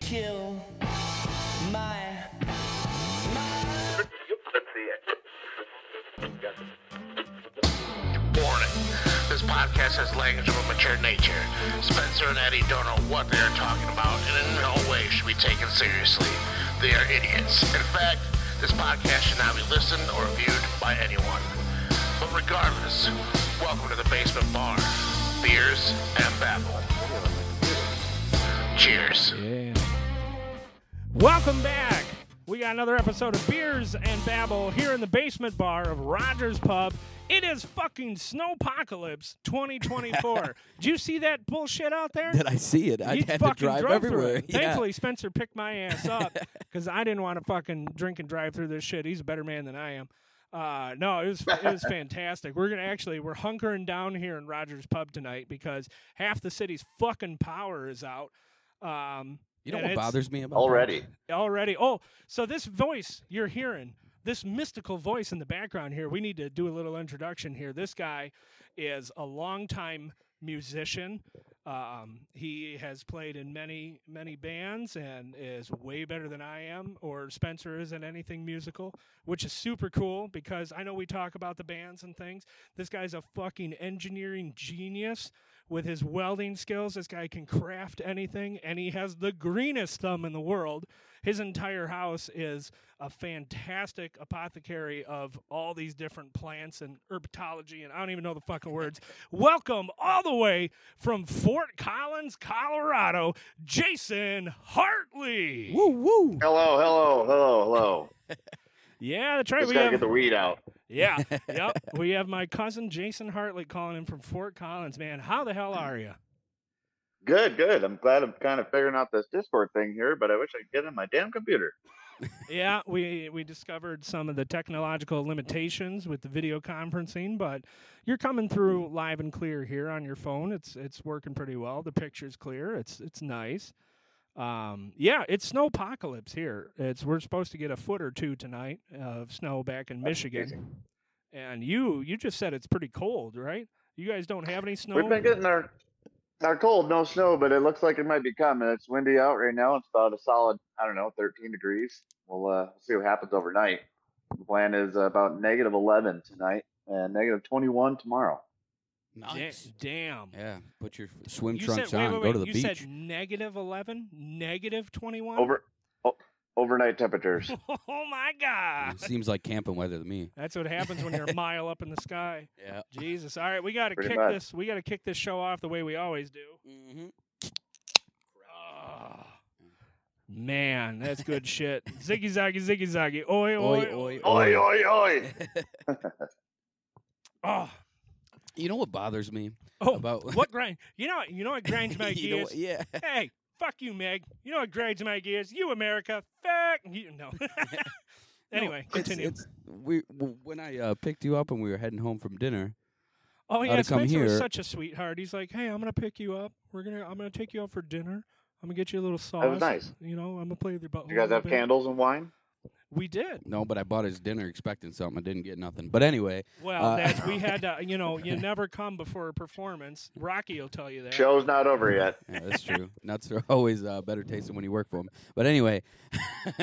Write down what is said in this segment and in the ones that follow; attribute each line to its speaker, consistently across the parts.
Speaker 1: kill my
Speaker 2: Let's see it. Warning. This podcast has language of a mature nature. Spencer and Eddie don't know what they are talking about and in no way should be taken seriously. They are idiots. In fact, this podcast should not be listened or viewed by anyone. But regardless, welcome to the basement bar. Beers and babble. Cheers.
Speaker 3: Yeah. Welcome back. We got another episode of Beers and Babble here in the basement bar of Rogers Pub. It is fucking snowpocalypse 2024. Did you see that bullshit out there?
Speaker 4: Did I see it? I
Speaker 3: You
Speaker 4: had to
Speaker 3: fucking
Speaker 4: drive
Speaker 3: drove through
Speaker 4: everywhere.
Speaker 3: it.
Speaker 4: Yeah.
Speaker 3: Thankfully, Spencer picked my ass up because I didn't want to fucking drink and drive through this shit. He's a better man than I am. Uh, no, it was it was fantastic. We're gonna actually we're hunkering down here in Rogers Pub tonight because half the city's fucking power is out. Um,
Speaker 4: You know
Speaker 3: and
Speaker 4: what
Speaker 3: it's-
Speaker 4: bothers me about that?
Speaker 5: already.
Speaker 3: already. Oh, so this voice you're hearing, this mystical voice in the background here, we need to do a little introduction here. This guy is a longtime musician. Um, he has played in many, many bands and is way better than I am or Spencer is in anything musical, which is super cool because I know we talk about the bands and things. This guy's a fucking engineering genius with his welding skills. This guy can craft anything, and he has the greenest thumb in the world. His entire house is a fantastic apothecary of all these different plants and herpetology, and I don't even know the fucking words. Welcome all the way from Fort Collins, Colorado, Jason Hartley.
Speaker 4: Woo woo.
Speaker 5: Hello, hello, hello, hello.
Speaker 3: Yeah, that's right.
Speaker 5: Just
Speaker 3: We
Speaker 5: gotta
Speaker 3: have-
Speaker 5: get the weed out.
Speaker 3: yeah, yep. We have my cousin Jason Hartley calling in from Fort Collins. Man, how the hell are you?
Speaker 5: Good, good. I'm glad I'm kind of figuring out this Discord thing here, but I wish I could get it on my damn computer.
Speaker 3: yeah, we we discovered some of the technological limitations with the video conferencing, but you're coming through live and clear here on your phone. It's it's working pretty well. The picture's clear. It's it's nice. Um, yeah, it's snowpocalypse here. It's we're supposed to get a foot or two tonight of snow back in Michigan. And you you just said it's pretty cold, right? You guys don't have any snow.
Speaker 5: We've been getting our our cold, no snow, but it looks like it might be coming. It's windy out right now. It's about a solid, I don't know, 13 degrees. We'll uh, see what happens overnight. The plan is uh, about negative 11 tonight and negative 21 tomorrow.
Speaker 3: Da-
Speaker 4: Nice.
Speaker 3: damn.
Speaker 4: Yeah. Put your f- swim
Speaker 3: you
Speaker 4: trunks
Speaker 3: said, wait,
Speaker 4: on.
Speaker 3: wait,
Speaker 4: Go
Speaker 3: wait,
Speaker 4: to the
Speaker 3: you
Speaker 4: beach.
Speaker 3: said negative 11, negative 21?
Speaker 5: Over o- overnight temperatures.
Speaker 3: Oh, my
Speaker 4: Yeah,
Speaker 3: God.
Speaker 4: it seems like camping weather to me.
Speaker 3: That's what happens when you're a mile up in the sky.
Speaker 4: Yeah.
Speaker 3: Jesus. All right, we got to
Speaker 5: Pretty
Speaker 3: kick
Speaker 5: much.
Speaker 3: this. We got to kick this show off the way we always do.
Speaker 4: Mm-hmm.
Speaker 3: Oh, man, that's good shit. Ziggy zaggy, ziggy zaggy. Oi, oi,
Speaker 4: Oi,
Speaker 3: oi.
Speaker 4: oi,
Speaker 5: Oi,
Speaker 4: oi.
Speaker 5: oi, oi.
Speaker 3: Oh,
Speaker 4: You know what bothers me?
Speaker 3: oh.
Speaker 4: About-
Speaker 3: what grind? You know, you know what grinds my
Speaker 4: You know
Speaker 3: gears?
Speaker 4: what- yeah.
Speaker 3: hey, fuck you, Meg. You know what grinds my gears? You, America. Fuck you. No. anyway,
Speaker 4: It's-
Speaker 3: continue.
Speaker 4: it's- we, w- when I uh, picked you up and we were heading home from dinner,
Speaker 3: Oh yeah,
Speaker 4: to come
Speaker 3: Spencer was
Speaker 4: here.
Speaker 3: such a sweetheart. He's like, "Hey, I'm gonna pick you up. We're gonna, I'm gonna take you out for dinner. I'm gonna get you a little sauce.
Speaker 5: That was nice.
Speaker 3: You know, I'm gonna play with your butt.
Speaker 5: You guys have candles and wine?
Speaker 3: We did.
Speaker 4: no, but I bought his dinner expecting something. I didn't get nothing. But anyway,
Speaker 3: Well,
Speaker 4: Uh,
Speaker 3: that's we had. To, you know, you never come before a performance. Rocky will tell you that.
Speaker 5: Show's not over yet.
Speaker 4: yeah, that's true. Nuts are always uh, better tasting when you work for them. But anyway,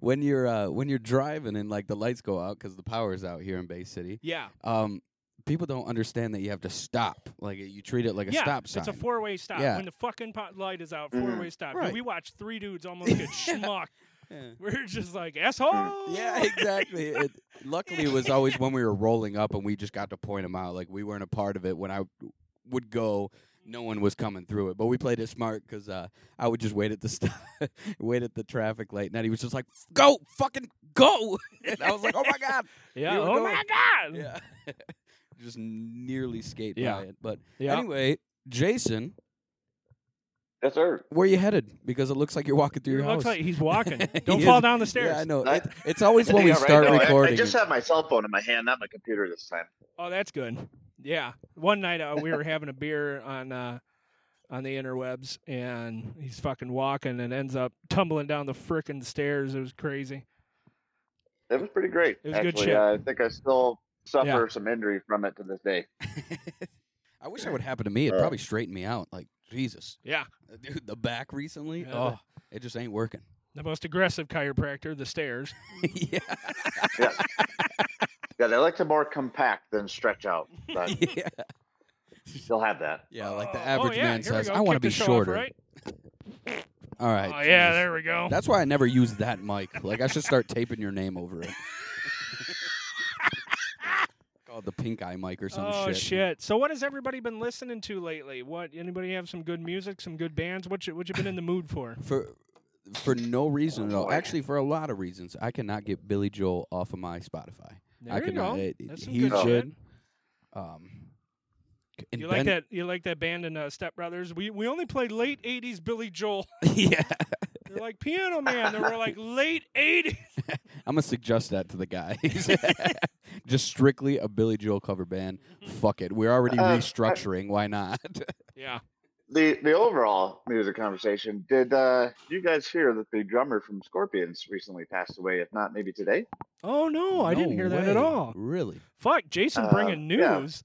Speaker 4: when you're uh, when you're driving and like the lights go out because the power's out here in Bay City,
Speaker 3: Yeah,
Speaker 4: um, people don't understand that you have to stop. Like you treat it like a
Speaker 3: yeah.
Speaker 4: stop sign.
Speaker 3: It's a four-way stop.
Speaker 4: Yeah.
Speaker 3: When the fucking pot light is out,
Speaker 5: Mhm.
Speaker 3: four-way stop. Dude,
Speaker 4: Right.
Speaker 3: We watched three dudes almost get schmucked.
Speaker 4: yeah.
Speaker 3: We're just like asshole.
Speaker 4: Yeah, exactly. It, luckily, it was always when we were rolling up and we just got to point them out. Like we weren't a part of it. When I would go, no one was coming through it. But we played it smart because uh, I would just wait at the stop, wait at the traffic light, and then he was just like, "Go, fucking go!" And I was like, "Oh my god!"
Speaker 3: Yeah.
Speaker 4: You were
Speaker 3: Oh
Speaker 4: going-
Speaker 3: my god.
Speaker 4: Yeah, just nearly skate
Speaker 3: Yeah.
Speaker 4: by it. But
Speaker 3: Yeah.
Speaker 4: anyway, Jason,
Speaker 5: Yes, sir.
Speaker 4: where you headed? Because it looks like you're walking through your
Speaker 3: It looks
Speaker 4: house.
Speaker 3: like he's walking. Don't
Speaker 4: He
Speaker 3: fall
Speaker 4: is-
Speaker 3: down the stairs.
Speaker 4: yeah, I know.
Speaker 5: I-
Speaker 4: It, it's always when we
Speaker 5: Yeah, right,
Speaker 4: start
Speaker 5: no, I-
Speaker 4: recording.
Speaker 5: I just have my cell phone in my hand, not my computer this time.
Speaker 3: Oh, that's good. Yeah. One night uh, we were having a beer on uh, on the interwebs, and he's fucking walking and ends up tumbling down the frickin' stairs. It was crazy.
Speaker 5: It was pretty great.
Speaker 3: It was good
Speaker 5: actually.
Speaker 3: shit.
Speaker 5: I think I still suffer some injury from it to this day.
Speaker 4: I wish that would happen to me. It
Speaker 5: Uh,
Speaker 4: probably straightened me out. Like Jesus,
Speaker 3: Yeah.
Speaker 4: dude, the back recently.
Speaker 3: Yeah,
Speaker 4: oh,
Speaker 3: the-
Speaker 4: it just ain't working.
Speaker 3: The most aggressive chiropractor, the stairs.
Speaker 4: yeah,
Speaker 5: Yeah, they like to more compact than stretch out, but
Speaker 4: yeah,
Speaker 5: they'll have that.
Speaker 4: yeah. Uh, Like the
Speaker 3: Oh,
Speaker 4: average
Speaker 3: yeah,
Speaker 4: man
Speaker 3: here we
Speaker 4: says,
Speaker 3: go.
Speaker 4: I want to
Speaker 3: Kick the show
Speaker 4: be
Speaker 3: off,
Speaker 4: shorter.
Speaker 3: right?
Speaker 4: All right.
Speaker 3: oh, yeah,
Speaker 4: jeez.
Speaker 3: there we go.
Speaker 4: That's why I never use that mic. Like I should start taping your name over it. Called the pink eye mic or some
Speaker 3: oh shit.
Speaker 4: shit.
Speaker 3: So what has everybody been listening to lately? What anybody have some good music, some good bands? What you, what you been in the mood for?
Speaker 4: For for no reason at all. Actually, for a lot of reasons, I cannot get Billy Joel off of my Spotify.
Speaker 3: There
Speaker 4: I
Speaker 3: you go.
Speaker 4: cannot. it-
Speaker 3: That's some
Speaker 4: he
Speaker 3: good
Speaker 4: should.
Speaker 3: shit.
Speaker 4: Um, c- and
Speaker 3: You like
Speaker 4: Ben-
Speaker 3: that? You like that band in uh, Step Brothers? We we only played late '80s Billy Joel.
Speaker 4: yeah.
Speaker 3: They're like Piano Man. They were like late '80s.
Speaker 4: I'm gonna suggest that to the guys. Just strictly a Billy Joel cover band. Fuck it. We're already
Speaker 5: Uh, I-
Speaker 4: restructuring. Why not?
Speaker 3: Yeah.
Speaker 5: The the overall music conversation. Did uh, you guys hear that the drummer from Scorpions recently passed away? If not, maybe today.
Speaker 3: Oh no, I didn't
Speaker 4: No
Speaker 3: hear that at
Speaker 4: way.
Speaker 3: all.
Speaker 4: Really?
Speaker 3: Fuck, Jason
Speaker 5: Uh,
Speaker 3: bringing
Speaker 5: yeah.
Speaker 3: news.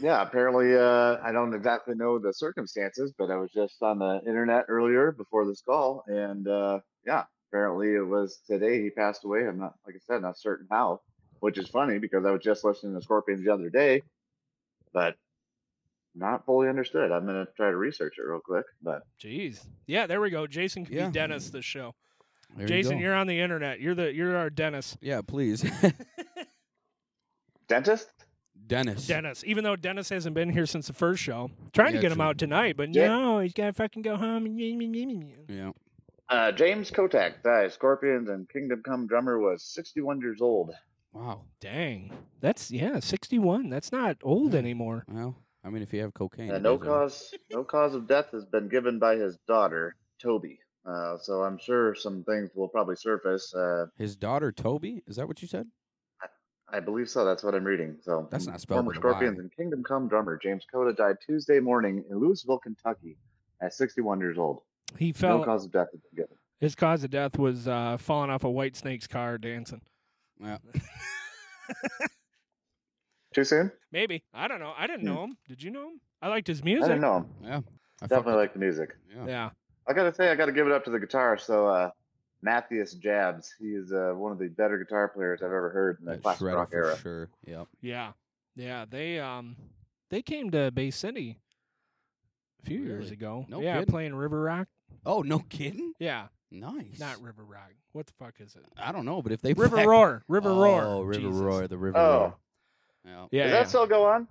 Speaker 5: Yeah, apparently. Uh, I don't exactly know the circumstances, but I was just on the internet earlier before this call, and uh, yeah, apparently it was today he passed away. I'm not, like I said, not certain how, which is funny because I was just listening to Scorpions the other day, but not fully understood. I'm gonna try to research it real quick, but.
Speaker 3: Jeez. Yeah, there we go. Jason can
Speaker 4: Yeah.
Speaker 3: be Dennis this show.
Speaker 4: There you
Speaker 3: Jason,
Speaker 4: go.
Speaker 3: you are on the internet. You're the you're our Dennis.
Speaker 4: Yeah, please.
Speaker 5: Dentist?
Speaker 4: Dennis.
Speaker 3: Dennis, even though Dennis hasn't been here since the first show, trying
Speaker 4: Yeah,
Speaker 3: to get him
Speaker 4: true.
Speaker 3: out tonight, but
Speaker 5: Yeah.
Speaker 3: no, he's got to fucking go home. and
Speaker 4: Yeah.
Speaker 5: Uh, James Kotak, the Scorpions and Kingdom Come drummer, was 61 years old.
Speaker 4: Wow.
Speaker 3: Dang, that's yeah, sixty-one. That's not old
Speaker 4: Yeah.
Speaker 3: anymore.
Speaker 4: Well, I mean, if you have cocaine,
Speaker 5: Uh,
Speaker 4: it
Speaker 5: no
Speaker 4: doesn't-
Speaker 5: cause, no cause of death has been given by his daughter, Toby. Uh, so I'm sure some things will probably surface. Uh,
Speaker 4: His daughter Toby. Is that what you said?
Speaker 5: I believe so. That's what I'm reading. So
Speaker 4: That's not spelled
Speaker 5: Former
Speaker 4: with a
Speaker 5: Scorpions
Speaker 4: Y.
Speaker 5: and Kingdom Come drummer James Kota died Tuesday morning in Louisville, Kentucky, at 61 years old.
Speaker 3: He fell.
Speaker 5: No cause of death has been given.
Speaker 3: His cause of death was uh, falling off a White Snake's car dancing.
Speaker 4: Yeah.
Speaker 5: Too soon?
Speaker 3: Maybe I don't know. I didn't
Speaker 5: Hmm.
Speaker 3: know him. Did you know him? I liked his
Speaker 5: I
Speaker 3: music.
Speaker 5: don't know.
Speaker 4: Yeah. I fuck
Speaker 5: Definitely
Speaker 4: with
Speaker 5: like the music.
Speaker 4: it. Yeah.
Speaker 3: Yeah.
Speaker 5: I gotta say, I gotta give it up to the guitarist. So, uh, Matthias Jabs, he is uh, one of the better guitar players I've ever heard in the
Speaker 4: That
Speaker 5: classic
Speaker 4: shredder
Speaker 5: rock
Speaker 4: for
Speaker 5: era.
Speaker 4: sure. Yep.
Speaker 3: Yeah, yeah. They um they came to Bay City a few years
Speaker 4: Really?
Speaker 3: ago.
Speaker 4: No
Speaker 3: yeah,
Speaker 4: kidding.
Speaker 3: playing River Rock.
Speaker 4: Oh, no kidding.
Speaker 3: Yeah,
Speaker 4: Nice.
Speaker 3: not River Rock. What the fuck is it?
Speaker 4: I don't know, but if they
Speaker 3: River
Speaker 4: back-
Speaker 3: Roar. River Roar.
Speaker 4: Oh, River
Speaker 3: Jesus.
Speaker 4: Roar. The River
Speaker 5: Oh.
Speaker 4: Roar. Yeah.
Speaker 3: Yeah.
Speaker 5: Does
Speaker 3: yeah.
Speaker 5: that still go on?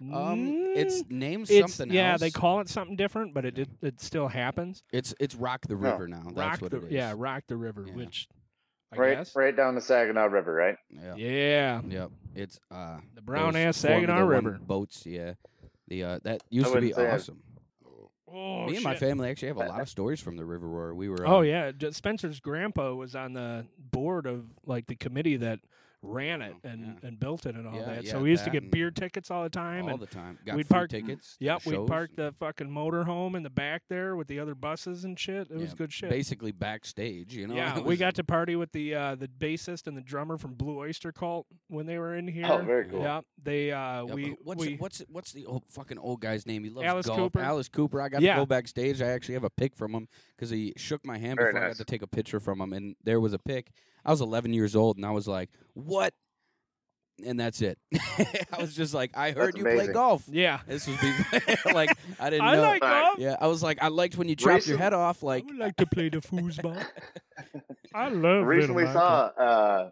Speaker 4: Um, it's
Speaker 3: Mm,
Speaker 4: named
Speaker 3: it's-
Speaker 4: something
Speaker 3: yeah.
Speaker 4: else.
Speaker 3: They call it something different, but it it, it still happens.
Speaker 4: it's it's Rock the
Speaker 5: No.
Speaker 4: River now. That's
Speaker 3: rock
Speaker 4: what
Speaker 3: the
Speaker 4: it is.
Speaker 3: yeah, rock the river,
Speaker 4: Yeah.
Speaker 3: which I
Speaker 5: right,
Speaker 3: guess
Speaker 5: right down the Saginaw River, right?
Speaker 4: Yeah.
Speaker 3: yeah,
Speaker 4: Yep. It's uh
Speaker 3: the brown
Speaker 4: those
Speaker 3: ass Saginaw
Speaker 4: Formula One
Speaker 3: River.
Speaker 4: boats. Yeah. The uh that used to
Speaker 5: wouldn't
Speaker 4: be
Speaker 5: say I've-
Speaker 4: awesome.
Speaker 3: Oh,
Speaker 4: Me and my
Speaker 3: shit.
Speaker 4: family actually have a lot of stories from the River Roar. We were uh,
Speaker 3: Oh yeah, D- Spencer's grandpa was on the board of like the committee that ran it
Speaker 4: Oh,
Speaker 3: and,
Speaker 4: yeah.
Speaker 3: and built it and all
Speaker 4: Yeah,
Speaker 3: that.
Speaker 4: yeah,
Speaker 3: so we used to
Speaker 4: that
Speaker 3: get
Speaker 4: and
Speaker 3: beer tickets all the time.
Speaker 4: all
Speaker 3: and
Speaker 4: the time. Got
Speaker 3: we'd
Speaker 4: free
Speaker 3: park-
Speaker 4: tickets. to
Speaker 3: yep, we
Speaker 4: shows.
Speaker 3: parked the fucking motorhome in the back there with the other buses and shit. It was
Speaker 4: Yeah,
Speaker 3: good shit.
Speaker 4: basically backstage. You know,
Speaker 3: yeah,
Speaker 4: It
Speaker 3: we
Speaker 4: was-
Speaker 3: got to party with the uh, the bassist and the drummer from Blue Oyster Cult when they were in here.
Speaker 5: Oh, very cool.
Speaker 3: Yeah, they uh,
Speaker 4: yeah,
Speaker 3: we
Speaker 4: what's
Speaker 3: we
Speaker 4: what's what's the old fucking old guy's name? He loves
Speaker 3: Alice
Speaker 4: golf.
Speaker 3: Cooper.
Speaker 4: Alice Cooper. I got
Speaker 3: Yeah.
Speaker 4: to go backstage. I actually have a pic from him because he shook my hand
Speaker 5: Very
Speaker 4: before I
Speaker 5: nice.
Speaker 4: got to take a picture from him, and there was a pic. I was 11 years old, and I was like, "What?" And that's it. I was just like, "I heard
Speaker 5: That's
Speaker 4: you play
Speaker 5: amazing.
Speaker 4: golf."
Speaker 3: yeah.
Speaker 4: This was before, like I didn't
Speaker 3: I
Speaker 4: know.
Speaker 3: like
Speaker 5: Alright.
Speaker 3: golf.
Speaker 4: uh, yeah, I was like, I liked when you chopped your
Speaker 5: Recent-
Speaker 4: head off. Like,
Speaker 3: I would like to play the foosball. I love
Speaker 5: Recently
Speaker 3: little
Speaker 5: saw uh,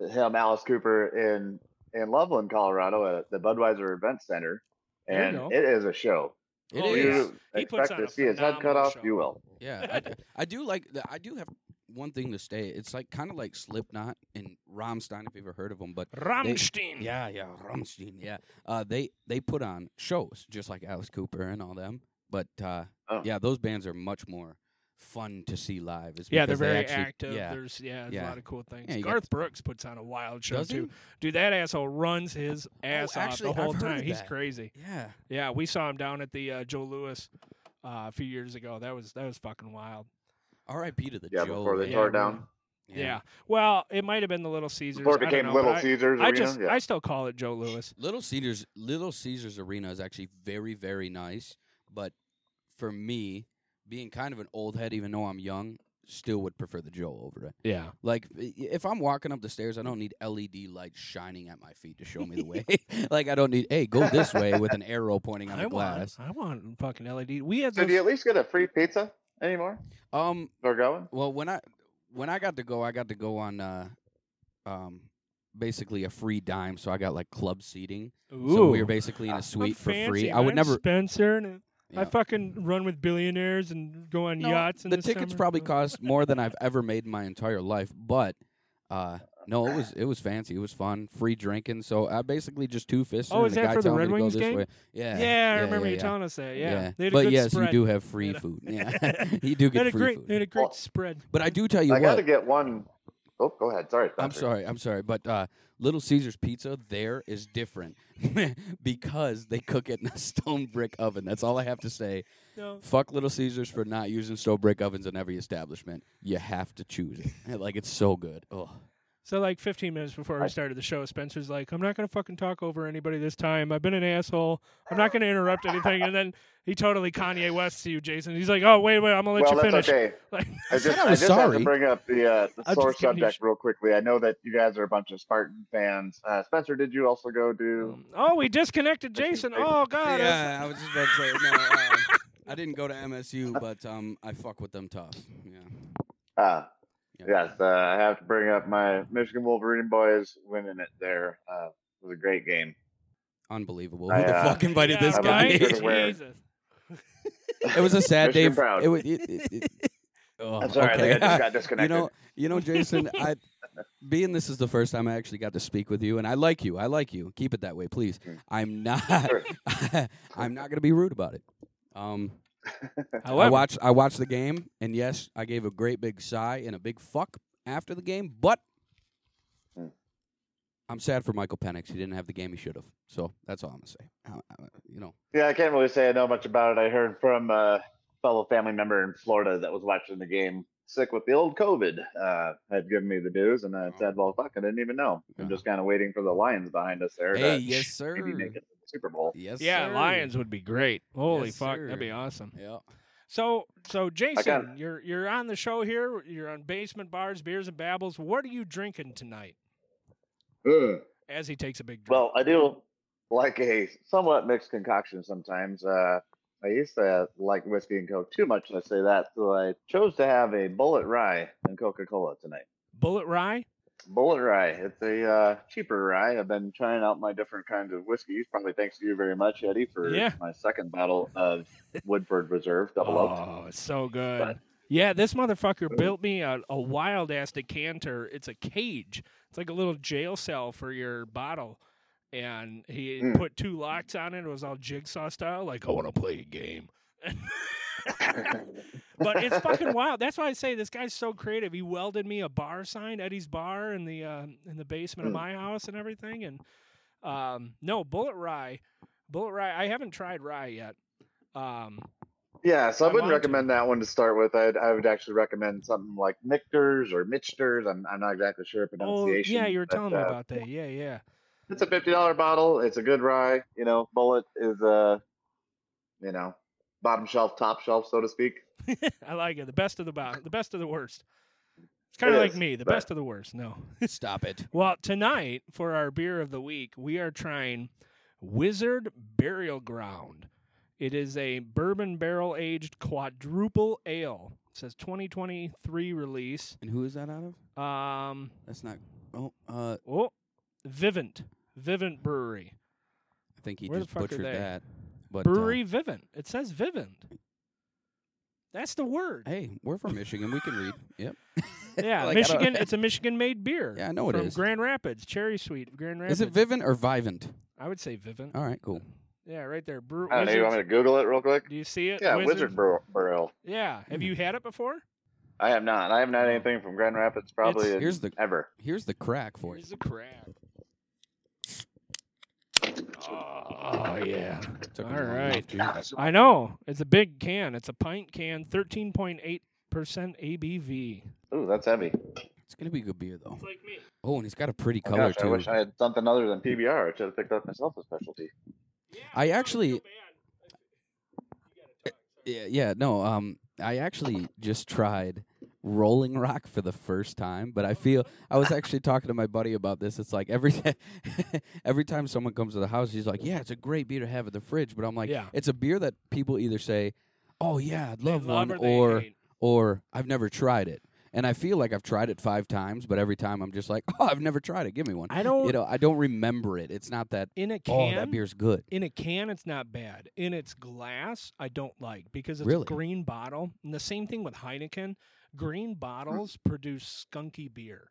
Speaker 5: him, Alice Cooper, in in Loveland, Colorado, at the Budweiser Event Center,
Speaker 3: There you
Speaker 5: and
Speaker 3: go.
Speaker 5: it is a show.
Speaker 4: it
Speaker 3: Oh,
Speaker 4: is.
Speaker 3: yeah.
Speaker 5: You
Speaker 3: He puts
Speaker 5: expect
Speaker 3: on
Speaker 5: to
Speaker 3: a
Speaker 5: see his head cut
Speaker 3: phenomenal
Speaker 5: off?
Speaker 3: show.
Speaker 5: You will.
Speaker 4: Yeah, I, d- I do like. The, I do have one thing to say. It's like kind of like Slipknot and Rammstein, if you've ever heard of them. But they-
Speaker 3: Rammstein.
Speaker 4: yeah, yeah, Rammstein. Yeah, uh, they they put on shows just like Alice Cooper and all them. But uh,
Speaker 5: Oh.
Speaker 4: yeah, those bands are much more fun to see live. is
Speaker 3: Yeah, they're
Speaker 4: because they
Speaker 3: very
Speaker 4: actually-
Speaker 3: active.
Speaker 4: Yeah,
Speaker 3: There's yeah, there's a
Speaker 4: Yeah.
Speaker 3: lot of cool things.
Speaker 4: Yeah, you got-
Speaker 3: Garth Brooks puts on a wild show
Speaker 4: Does
Speaker 3: too.
Speaker 4: he? Oh,
Speaker 3: Dude, that asshole runs his ass
Speaker 4: actually,
Speaker 3: off
Speaker 4: I've
Speaker 3: the whole
Speaker 4: heard
Speaker 3: time.
Speaker 4: of
Speaker 3: He's
Speaker 4: that.
Speaker 3: crazy.
Speaker 4: Yeah,
Speaker 3: Yeah, we saw him down at the uh, Joe Lewis uh, a few years ago. That was that was fucking wild.
Speaker 4: R.I.P. to the
Speaker 5: Yeah,
Speaker 4: Joe.
Speaker 5: before they
Speaker 4: man.
Speaker 5: tore it
Speaker 3: Yeah,
Speaker 5: down,
Speaker 3: Yeah. Well, it might have been the Little Caesars.
Speaker 5: before it
Speaker 3: I don't
Speaker 5: became
Speaker 3: know,
Speaker 5: Little
Speaker 3: but I-
Speaker 5: Caesars
Speaker 3: I,
Speaker 5: Arena.
Speaker 3: just
Speaker 5: yeah.
Speaker 3: I still call it Joe Lewis.
Speaker 4: Little Caesars Little Caesars Arena is actually very very nice, but for me, being kind of an old head, even though I'm young, still would prefer the Joel over it.
Speaker 3: Yeah.
Speaker 4: Like i- if I'm walking up the stairs, I don't need LED lights shining at my feet to show me the way. like I don't need, hey, go this way with an arrow pointing on
Speaker 3: I
Speaker 4: the
Speaker 3: want,
Speaker 4: glass.
Speaker 3: I want fucking LED. We had
Speaker 5: So do you
Speaker 3: those,
Speaker 5: at least get a free pizza anymore?
Speaker 4: Um,
Speaker 5: Or going?
Speaker 4: well, when I when I got to go, I got to go on, uh, um, basically a free dime, so I got like club seating.
Speaker 3: Ooh,
Speaker 4: So we were basically in a
Speaker 5: I'm
Speaker 4: suite
Speaker 3: I'm
Speaker 4: for free.
Speaker 3: fancy.
Speaker 4: I would
Speaker 3: I'm
Speaker 4: never.
Speaker 3: Spencer and I
Speaker 4: Yeah.
Speaker 3: fucking run with billionaires and go on
Speaker 4: No,
Speaker 3: yachts. In
Speaker 4: the
Speaker 3: the
Speaker 4: tickets
Speaker 3: summer.
Speaker 4: probably
Speaker 3: Uh,
Speaker 4: cost more than I've ever made in my entire life, but uh, no, it was it was fancy. It was fun, free drinking. So I basically just two fists.
Speaker 3: Oh,
Speaker 4: and
Speaker 3: is
Speaker 4: the
Speaker 3: that
Speaker 4: guy
Speaker 3: for the
Speaker 4: telling me
Speaker 3: Red
Speaker 4: to go
Speaker 3: Wings
Speaker 4: this
Speaker 3: game?
Speaker 4: way. Yeah,
Speaker 3: Yeah, I remember you
Speaker 4: yeah.
Speaker 3: telling us that. Yeah, They had a
Speaker 4: but
Speaker 3: good
Speaker 4: yes,
Speaker 3: spread.
Speaker 4: you do have free
Speaker 3: had a-
Speaker 4: food. Yeah, you do
Speaker 3: They had
Speaker 4: get
Speaker 3: a
Speaker 4: free
Speaker 3: great,
Speaker 4: food.
Speaker 3: they had a great
Speaker 5: Oh.
Speaker 3: spread.
Speaker 4: But I do tell you
Speaker 5: I
Speaker 4: what,
Speaker 5: got to get one oh go ahead. Sorry.
Speaker 4: I'm
Speaker 5: Spencer.
Speaker 4: sorry, I'm sorry, but uh, Little Caesars Pizza there is different because they cook it in a stone brick oven. That's all I have to say.
Speaker 3: No,
Speaker 4: Fuck Little Caesars for not using stone brick ovens in every establishment. You have to choose it. like it's so good. Oh,
Speaker 3: So like 15 minutes before we started the show, Spencer's like, "I'm not going to fucking talk over anybody this time. I've been an asshole. I'm not going to interrupt anything." And then he totally Kanye West to you, Jason. He's like, "Oh wait, wait, I'm gonna let
Speaker 5: well,
Speaker 3: you
Speaker 5: that's
Speaker 3: finish."
Speaker 5: okay.
Speaker 3: Like,
Speaker 5: I just,
Speaker 4: said I
Speaker 5: I
Speaker 4: was
Speaker 5: just had
Speaker 4: sorry.
Speaker 5: to bring up the, uh, the
Speaker 4: I'm
Speaker 5: source
Speaker 3: just kidding, you
Speaker 5: subject real quickly. I know that you guys are a bunch of Spartan fans. Uh, Spencer, did you also go
Speaker 4: Mm.
Speaker 5: to?
Speaker 3: oh, we disconnected Jason. Oh god.
Speaker 4: yeah, I was just about to say. No, uh, I didn't go to MSU, but um, I fuck with them tough. Yeah.
Speaker 5: Uh,
Speaker 4: Yeah.
Speaker 5: yes, uh, I have to bring up my Michigan Wolverine boys winning it there. Uh, it was a great game.
Speaker 4: Unbelievable. Who
Speaker 5: I,
Speaker 4: the
Speaker 5: uh,
Speaker 4: fuck invited
Speaker 3: Yeah,
Speaker 4: this
Speaker 5: I'm
Speaker 4: guy?
Speaker 3: right?
Speaker 5: sure to wear-
Speaker 3: Jesus.
Speaker 4: it was a sad day.
Speaker 5: Michigan
Speaker 4: f-
Speaker 5: proud.
Speaker 4: It was. It, it, it, oh,
Speaker 5: I'm sorry, I
Speaker 4: okay.
Speaker 5: think I just got disconnected.
Speaker 4: You know, you know, Jason. I, being this is the first time I actually got to speak with you, and I like you. I like you. Keep it that way, please.
Speaker 5: Mm.
Speaker 4: I'm not.
Speaker 5: Sure.
Speaker 4: I'm not going to be rude about it. Um, I
Speaker 3: However,
Speaker 4: watched. I watched the game, and yes, I gave a great big sigh and a big fuck after the game. But
Speaker 5: Mm.
Speaker 4: I'm sad for Michael Penix. He didn't have the game he should have. So that's all I'm going to say. I- I- you know.
Speaker 5: yeah, I can't really say I know much about it. I heard from a fellow family member in Florida that was watching the game, sick with the old COVID, uh, had given me the news, and I
Speaker 4: Oh.
Speaker 5: said, "Well, fuck, I didn't even know." I'm just kind of waiting for the Lions behind us there.
Speaker 4: Uh-huh. Hey,
Speaker 5: to
Speaker 4: yes,
Speaker 5: Maybe
Speaker 4: sir.
Speaker 5: make it to the Super Bowl.
Speaker 4: Yes.
Speaker 3: yeah,
Speaker 4: sir.
Speaker 3: Lions would be great. Holy
Speaker 4: Yes,
Speaker 3: fuck,
Speaker 4: sir.
Speaker 3: that'd be awesome.
Speaker 4: Yeah.
Speaker 3: So, so Jason,
Speaker 5: got-
Speaker 3: you're you're on the show here. You're on Basement Bars, Beers and Babbles. What are you drinking tonight?
Speaker 4: uh-huh.
Speaker 5: Ugh.
Speaker 3: As he takes a big drink.
Speaker 5: Well, I do like a somewhat mixed concoction sometimes. Uh, I used to like whiskey and coke too much. I say that, so I chose to have a bullet rye and Coca Cola tonight.
Speaker 3: Bullet Rye.
Speaker 5: Bullet rye, it's a uh, cheaper rye. I've been trying out my different kinds of whiskeys. Probably thanks to you very much, Eddie, for
Speaker 3: Yeah.
Speaker 5: my second bottle of Woodford Reserve Double Oak.
Speaker 3: Oh, it's so good. yeah, this motherfucker built me a, a wild ass decanter. It's a cage. It's like a little jail cell for your bottle. And he
Speaker 5: Hmm.
Speaker 3: put two locks on it. It was all jigsaw style, like I want to play a game. but it's fucking wild. That's why I say this guy's so creative. He welded me a bar sign, Eddie's bar, in the um in the basement of
Speaker 5: Mm.
Speaker 3: my house and everything. And um, no, bullet rye, bullet rye. I haven't tried rye yet. Um,
Speaker 5: Yeah, so I,
Speaker 3: I
Speaker 5: wouldn't
Speaker 3: want to.
Speaker 5: recommend that one to start with. I'd, I would actually recommend something like Michters or Michters. I'm, I'm not exactly sure of
Speaker 3: oh
Speaker 5: pronunciation.
Speaker 3: yeah, you were
Speaker 5: but,
Speaker 3: telling me
Speaker 5: uh,
Speaker 3: about that. Yeah, yeah.
Speaker 5: It's a fifty dollar bottle. It's a good rye. You know, Bullet is uh, you know, bottom shelf, top shelf, so to speak.
Speaker 3: I like it. The best of the best, the best of the worst. It's kind of
Speaker 5: It
Speaker 3: like
Speaker 5: is,
Speaker 3: me, the
Speaker 5: but-
Speaker 3: best of the worst. No.
Speaker 4: Stop it.
Speaker 3: Well, tonight for our beer of the week, we are trying Wizard Burial Ground. It is a bourbon barrel aged quadruple ale. It says 2023 release.
Speaker 4: And who is that out of?
Speaker 3: Um,
Speaker 4: That's not. Oh, uh,
Speaker 3: oh, Vivint, Vivint Brewery,
Speaker 4: I think he
Speaker 3: Where the
Speaker 4: just
Speaker 3: fuck are
Speaker 4: butchered
Speaker 3: they?
Speaker 4: that. But uh,
Speaker 3: Brewery Vivint. It says Vivint. That's the word.
Speaker 4: hey, we're from Michigan. We can read. Yep.
Speaker 3: Yeah,
Speaker 4: Like, I don't-
Speaker 3: Michigan. It's a Michigan-made beer.
Speaker 4: Yeah, I know it
Speaker 3: from
Speaker 4: is.
Speaker 3: Grand Rapids, Cherry Sweet, Grand Rapids.
Speaker 4: Is it Oh. Vivint or Vivint?
Speaker 3: I would say Vivint.
Speaker 4: All right, cool.
Speaker 3: Yeah, right there. Brew-
Speaker 5: I don't know. You want me
Speaker 3: Wizards.
Speaker 5: to Google it real quick?
Speaker 3: Do you see it?
Speaker 5: Yeah,
Speaker 3: Wizards?
Speaker 5: Wizard Bur- Barrel.
Speaker 3: Yeah. Have you had it before?
Speaker 5: I have not. I haven't had anything from Grand Rapids probably
Speaker 4: It's-
Speaker 5: in
Speaker 4: here's the-
Speaker 5: ever.
Speaker 4: Here's the crack for you.
Speaker 3: Here's the crap. Oh yeah.
Speaker 4: Took
Speaker 3: All
Speaker 4: him a long
Speaker 3: right.
Speaker 4: enough, dude.
Speaker 3: I know. It's a big can. It's a pint can, thirteen point eight percent ABV.
Speaker 5: Ooh, that's heavy.
Speaker 4: It's gonna be good beer though.
Speaker 3: like me.
Speaker 4: Oh, and it's got a pretty
Speaker 5: Oh,
Speaker 4: color
Speaker 5: gosh, I wish
Speaker 4: too.
Speaker 5: I had something other than PBR. I should have picked up myself a specialty.
Speaker 4: I actually- Yeah, yeah, no. Um, I actually just tried Rolling Rock for the first time, but I feel I was actually talking to my buddy about this. It's like every every time someone comes to the house, he's like, "Yeah, it's a great beer to have in the fridge," but I'm like,
Speaker 3: Yeah.
Speaker 4: "It's a beer that people either say, oh yeah, I'd
Speaker 3: They
Speaker 4: love, one,'
Speaker 3: or they
Speaker 4: or
Speaker 3: hate.
Speaker 4: or I've never tried it." And I feel like I've tried it five times, but every time I'm just like, "Oh, I've never tried it. Give me one."
Speaker 3: I don't
Speaker 4: You know, I don't remember it. It's not that.
Speaker 3: in a
Speaker 4: Oh,
Speaker 3: can.
Speaker 4: that beer's good.
Speaker 3: in a can, it's not bad. In its glass, I don't like because it's
Speaker 4: Really?
Speaker 3: a green bottle. And the same thing with Heineken. Green bottles produce skunky beer.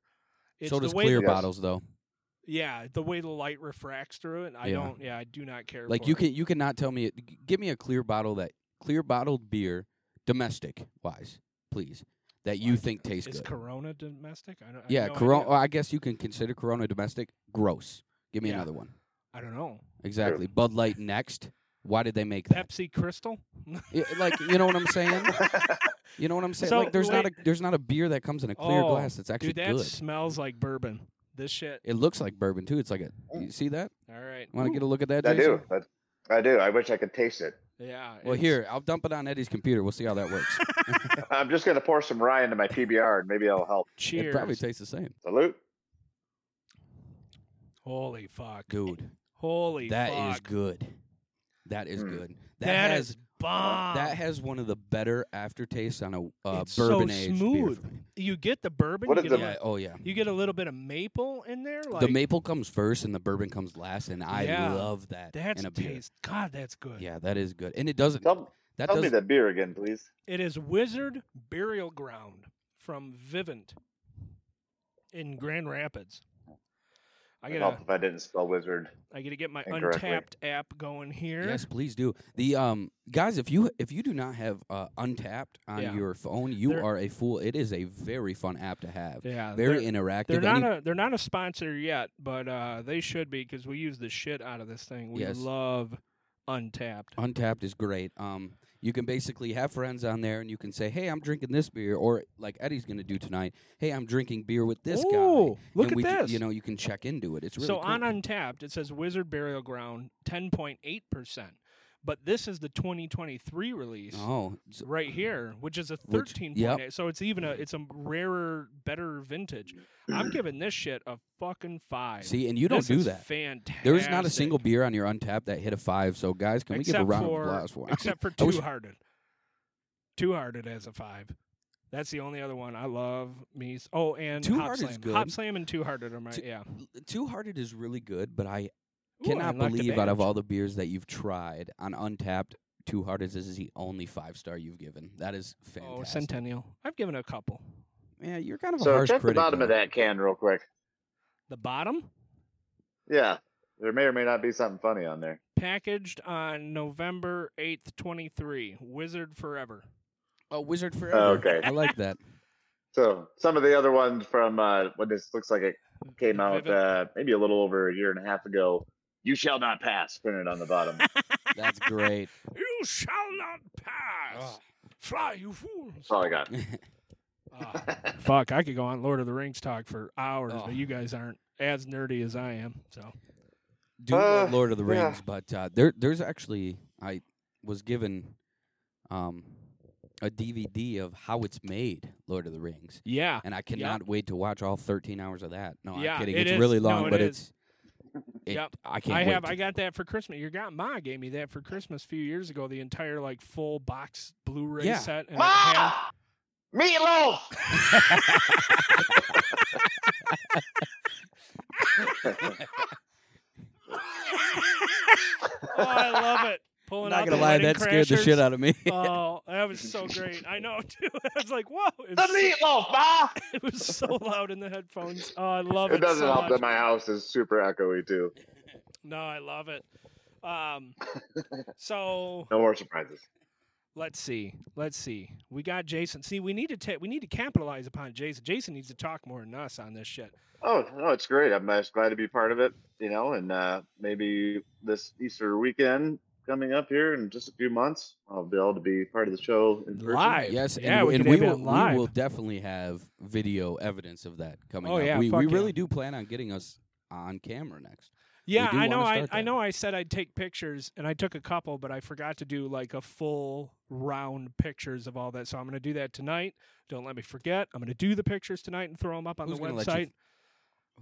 Speaker 3: It's
Speaker 4: Hmm. so
Speaker 3: the
Speaker 4: does
Speaker 3: way
Speaker 4: clear
Speaker 3: the-
Speaker 5: Yes.
Speaker 4: bottles though.
Speaker 3: yeah, the way the light refracts through it. I
Speaker 4: Yeah.
Speaker 3: don't. Yeah, I do not care.
Speaker 4: Like
Speaker 3: for
Speaker 4: you
Speaker 3: it.
Speaker 4: can you cannot tell me g- give me a clear bottle that clear bottled beer domestic wise, please. That you think tastes
Speaker 3: Is
Speaker 4: good.
Speaker 3: Corona domestic? I don't. I have
Speaker 4: yeah,
Speaker 3: no
Speaker 4: Corona.
Speaker 3: idea.
Speaker 4: I guess you can consider Corona domestic. Gross. Give me
Speaker 3: Yeah.
Speaker 4: another one.
Speaker 3: I don't know.
Speaker 4: Exactly. Bud Light next. Why did they make that?
Speaker 3: Pepsi Crystal.
Speaker 4: Yeah, like you know what I'm saying? You know what I'm saying?
Speaker 3: So,
Speaker 4: like there's not a
Speaker 3: wait.
Speaker 4: there's not a beer that comes in a clear
Speaker 3: Oh,
Speaker 4: glass that's actually
Speaker 3: Dude, that
Speaker 4: good.
Speaker 3: smells like bourbon. This shit.
Speaker 4: It looks like bourbon too. It's like a you see that?
Speaker 3: All right.
Speaker 4: Want to get a look at that?
Speaker 5: Mm. I
Speaker 4: Jason?
Speaker 5: do. That- I do. I wish I could taste it.
Speaker 3: Yeah.
Speaker 4: Well,
Speaker 3: it's-
Speaker 4: here I'll dump it on Eddie's computer. We'll see how that works.
Speaker 5: I'm just gonna pour some rye into my PBR and maybe it'll help.
Speaker 3: Cheers.
Speaker 4: it probably tastes the same,
Speaker 5: Salute.
Speaker 3: Holy fuck.
Speaker 4: dude.
Speaker 3: Holy
Speaker 4: That is
Speaker 3: fuck.
Speaker 4: good. That is
Speaker 5: Mm.
Speaker 4: good.
Speaker 3: that
Speaker 4: has
Speaker 3: is bomb.
Speaker 4: that has one of the better aftertastes on a uh,
Speaker 3: It's so
Speaker 4: bourbon aged beer.
Speaker 3: smooth.
Speaker 4: For me.
Speaker 3: you get the bourbon.
Speaker 5: What
Speaker 3: you
Speaker 5: is
Speaker 3: get, a
Speaker 5: the-
Speaker 4: Yeah,
Speaker 3: little-
Speaker 4: oh yeah.
Speaker 3: you get a little bit of maple in there. Like,
Speaker 4: the maple comes first and the bourbon comes last, and I
Speaker 3: Yeah.
Speaker 4: love that
Speaker 3: That's
Speaker 4: in a beer.
Speaker 3: taste. God, that's good.
Speaker 4: Yeah, that is good, and it doesn't.
Speaker 5: Tell,
Speaker 4: that
Speaker 5: tell me
Speaker 4: doesn't-
Speaker 5: that beer again, please.
Speaker 3: It is Wizard Burial Ground from Vivint in Grand Rapids. I
Speaker 5: It'd
Speaker 3: gotta,
Speaker 5: help if I didn't spell wizard.
Speaker 3: I gotta get my
Speaker 5: Incorrectly.
Speaker 3: Untapped app going here.
Speaker 4: Yes, please do. The um guys, if you if you do not have uh, Untapped on
Speaker 3: Yeah.
Speaker 4: your phone, you
Speaker 3: They're-
Speaker 4: are a fool. It is a very fun app to have.
Speaker 3: Yeah,
Speaker 4: Very
Speaker 3: they're-
Speaker 4: interactive.
Speaker 3: They're
Speaker 4: Any-
Speaker 3: not a they're not a sponsor yet, but uh, they should be because we use the shit out of this thing. We
Speaker 4: Yes.
Speaker 3: love Untapped.
Speaker 4: Untapped is great. Um, you can basically have friends on there, and you can say, "Hey, I'm drinking this beer," or like Eddie's going to do tonight. Hey, I'm drinking beer with this
Speaker 3: Ooh,
Speaker 4: guy.
Speaker 3: look
Speaker 4: and
Speaker 3: at
Speaker 4: we ju-
Speaker 3: this.
Speaker 4: you know, you can check into it. It's really
Speaker 3: so
Speaker 4: cool.
Speaker 3: on Untapped, it says Wizard Burial Ground, ten point eight percent, but this is the 2023 release
Speaker 4: oh, so-
Speaker 3: right here, which is a
Speaker 4: Which-
Speaker 3: 13.8.
Speaker 4: yep.
Speaker 3: So it's even a it's a rarer, better vintage. I'm giving this shit a fucking five.
Speaker 4: see, and you don't
Speaker 3: This
Speaker 4: do
Speaker 3: is
Speaker 4: that.
Speaker 3: Fantastic.
Speaker 4: There is not a single beer on your Untapped that hit a five. So guys, can we
Speaker 3: Except
Speaker 4: give a round
Speaker 3: for-
Speaker 4: of applause for?
Speaker 3: except for
Speaker 4: I wish-
Speaker 3: Two Hearted. Two Hearted has a five. That's the only other one I love. Me. s- Oh, and
Speaker 4: Two
Speaker 3: Hop
Speaker 4: Hearted's
Speaker 3: Slam.
Speaker 4: good.
Speaker 3: Hop Slam and Two Hearted are my
Speaker 4: Two-
Speaker 3: yeah.
Speaker 4: Two Hearted is really good, but I
Speaker 3: Ooh,
Speaker 4: cannot
Speaker 3: unlocked a
Speaker 4: believe out of
Speaker 3: badge.
Speaker 4: all the beers that you've tried on Untapped, Two Hearted is the only five star you've given. That is fantastic.
Speaker 3: Oh, Centennial. I've given a couple.
Speaker 4: Yeah, you're kind of a
Speaker 5: So
Speaker 4: harsh
Speaker 5: check
Speaker 4: critic.
Speaker 5: the bottom of
Speaker 4: though.
Speaker 5: that can real quick.
Speaker 3: The bottom
Speaker 5: Yeah, there may or may not be something funny on there.
Speaker 3: packaged on November eighth, twenty three. Wizard Forever.
Speaker 4: Oh, Wizard Forever.
Speaker 5: okay.
Speaker 4: I like that.
Speaker 5: So some of the other ones from uh, when this looks like it came
Speaker 3: The
Speaker 5: out
Speaker 3: Vivint-
Speaker 5: uh, maybe a little over a year and a half ago. You shall not pass. Printed on the bottom.
Speaker 4: That's great.
Speaker 3: You shall not pass. Fly, you fools.
Speaker 5: That's all I got.
Speaker 3: Ah, fuck, I could go on Lord of the Rings talk for hours,
Speaker 4: Oh.
Speaker 3: but you guys aren't as nerdy as I am. So
Speaker 4: Do love
Speaker 5: Uh,
Speaker 4: Lord of the
Speaker 5: yeah.
Speaker 4: Rings, but uh, there there's actually I was given um a DVD of how it's made, Lord of the Rings,
Speaker 3: yeah.
Speaker 4: and I cannot wait to watch all 13 hours of that. No,
Speaker 3: Yeah,
Speaker 4: I'm kidding.
Speaker 3: it
Speaker 4: it's
Speaker 3: is.
Speaker 4: really
Speaker 3: No,
Speaker 4: long,
Speaker 3: it
Speaker 4: but
Speaker 3: is.
Speaker 4: it's it,
Speaker 3: Yep.
Speaker 4: I can't
Speaker 3: I
Speaker 4: wait.
Speaker 3: have. I
Speaker 4: to-
Speaker 3: got that for Christmas. Your grandma gave me that for Christmas a few years ago. The entire like full box Blu-ray
Speaker 4: Yeah.
Speaker 3: set. And it
Speaker 5: Ma!
Speaker 3: had-
Speaker 5: Ah! Meatloaf!
Speaker 3: oh, I love it. Pulling
Speaker 4: not
Speaker 3: out
Speaker 4: gonna
Speaker 3: the
Speaker 4: lie,
Speaker 3: Wedding
Speaker 4: that scared the
Speaker 3: Crashers.
Speaker 4: shit out of me.
Speaker 3: Oh, that was so great. I know too. I was like, whoa. It
Speaker 5: the
Speaker 3: was, so,
Speaker 5: meatloaf, Ma!
Speaker 3: it was so loud in the headphones. Oh, I love it.
Speaker 5: It doesn't
Speaker 3: so
Speaker 5: help
Speaker 3: much.
Speaker 5: that my house is super echoey too.
Speaker 3: No, I love it. Um, so
Speaker 5: No more surprises.
Speaker 3: let's see. Let's see. We got Jason. See, we need to ta- we need to capitalize upon Jason. Jason needs to talk more than us on this shit.
Speaker 5: Oh no, it's great. I'm just glad to be part of it. You know, and uh, maybe this Easter weekend coming up here in just a few months, I'll be able to be part of the show in person.
Speaker 3: Live.
Speaker 4: Yes, and,
Speaker 3: Yeah, we
Speaker 4: and
Speaker 3: could
Speaker 4: we
Speaker 3: have it
Speaker 4: will
Speaker 3: live.
Speaker 4: we will definitely have video evidence of that coming
Speaker 3: Oh,
Speaker 4: up.
Speaker 3: yeah,
Speaker 4: we
Speaker 3: fuck
Speaker 4: we
Speaker 3: yeah.
Speaker 4: really do plan on getting us on camera next.
Speaker 3: Yeah,
Speaker 4: do
Speaker 3: I know.
Speaker 4: wanna
Speaker 3: I,
Speaker 4: start
Speaker 3: I
Speaker 4: that.
Speaker 3: know. I said I'd take pictures, and I took a couple, but I forgot to do like a full round pictures of all that. So I'm going to do that tonight. Don't let me forget. I'm going to do the pictures tonight and throw them up on
Speaker 4: Who's
Speaker 3: the
Speaker 4: gonna let you
Speaker 3: website.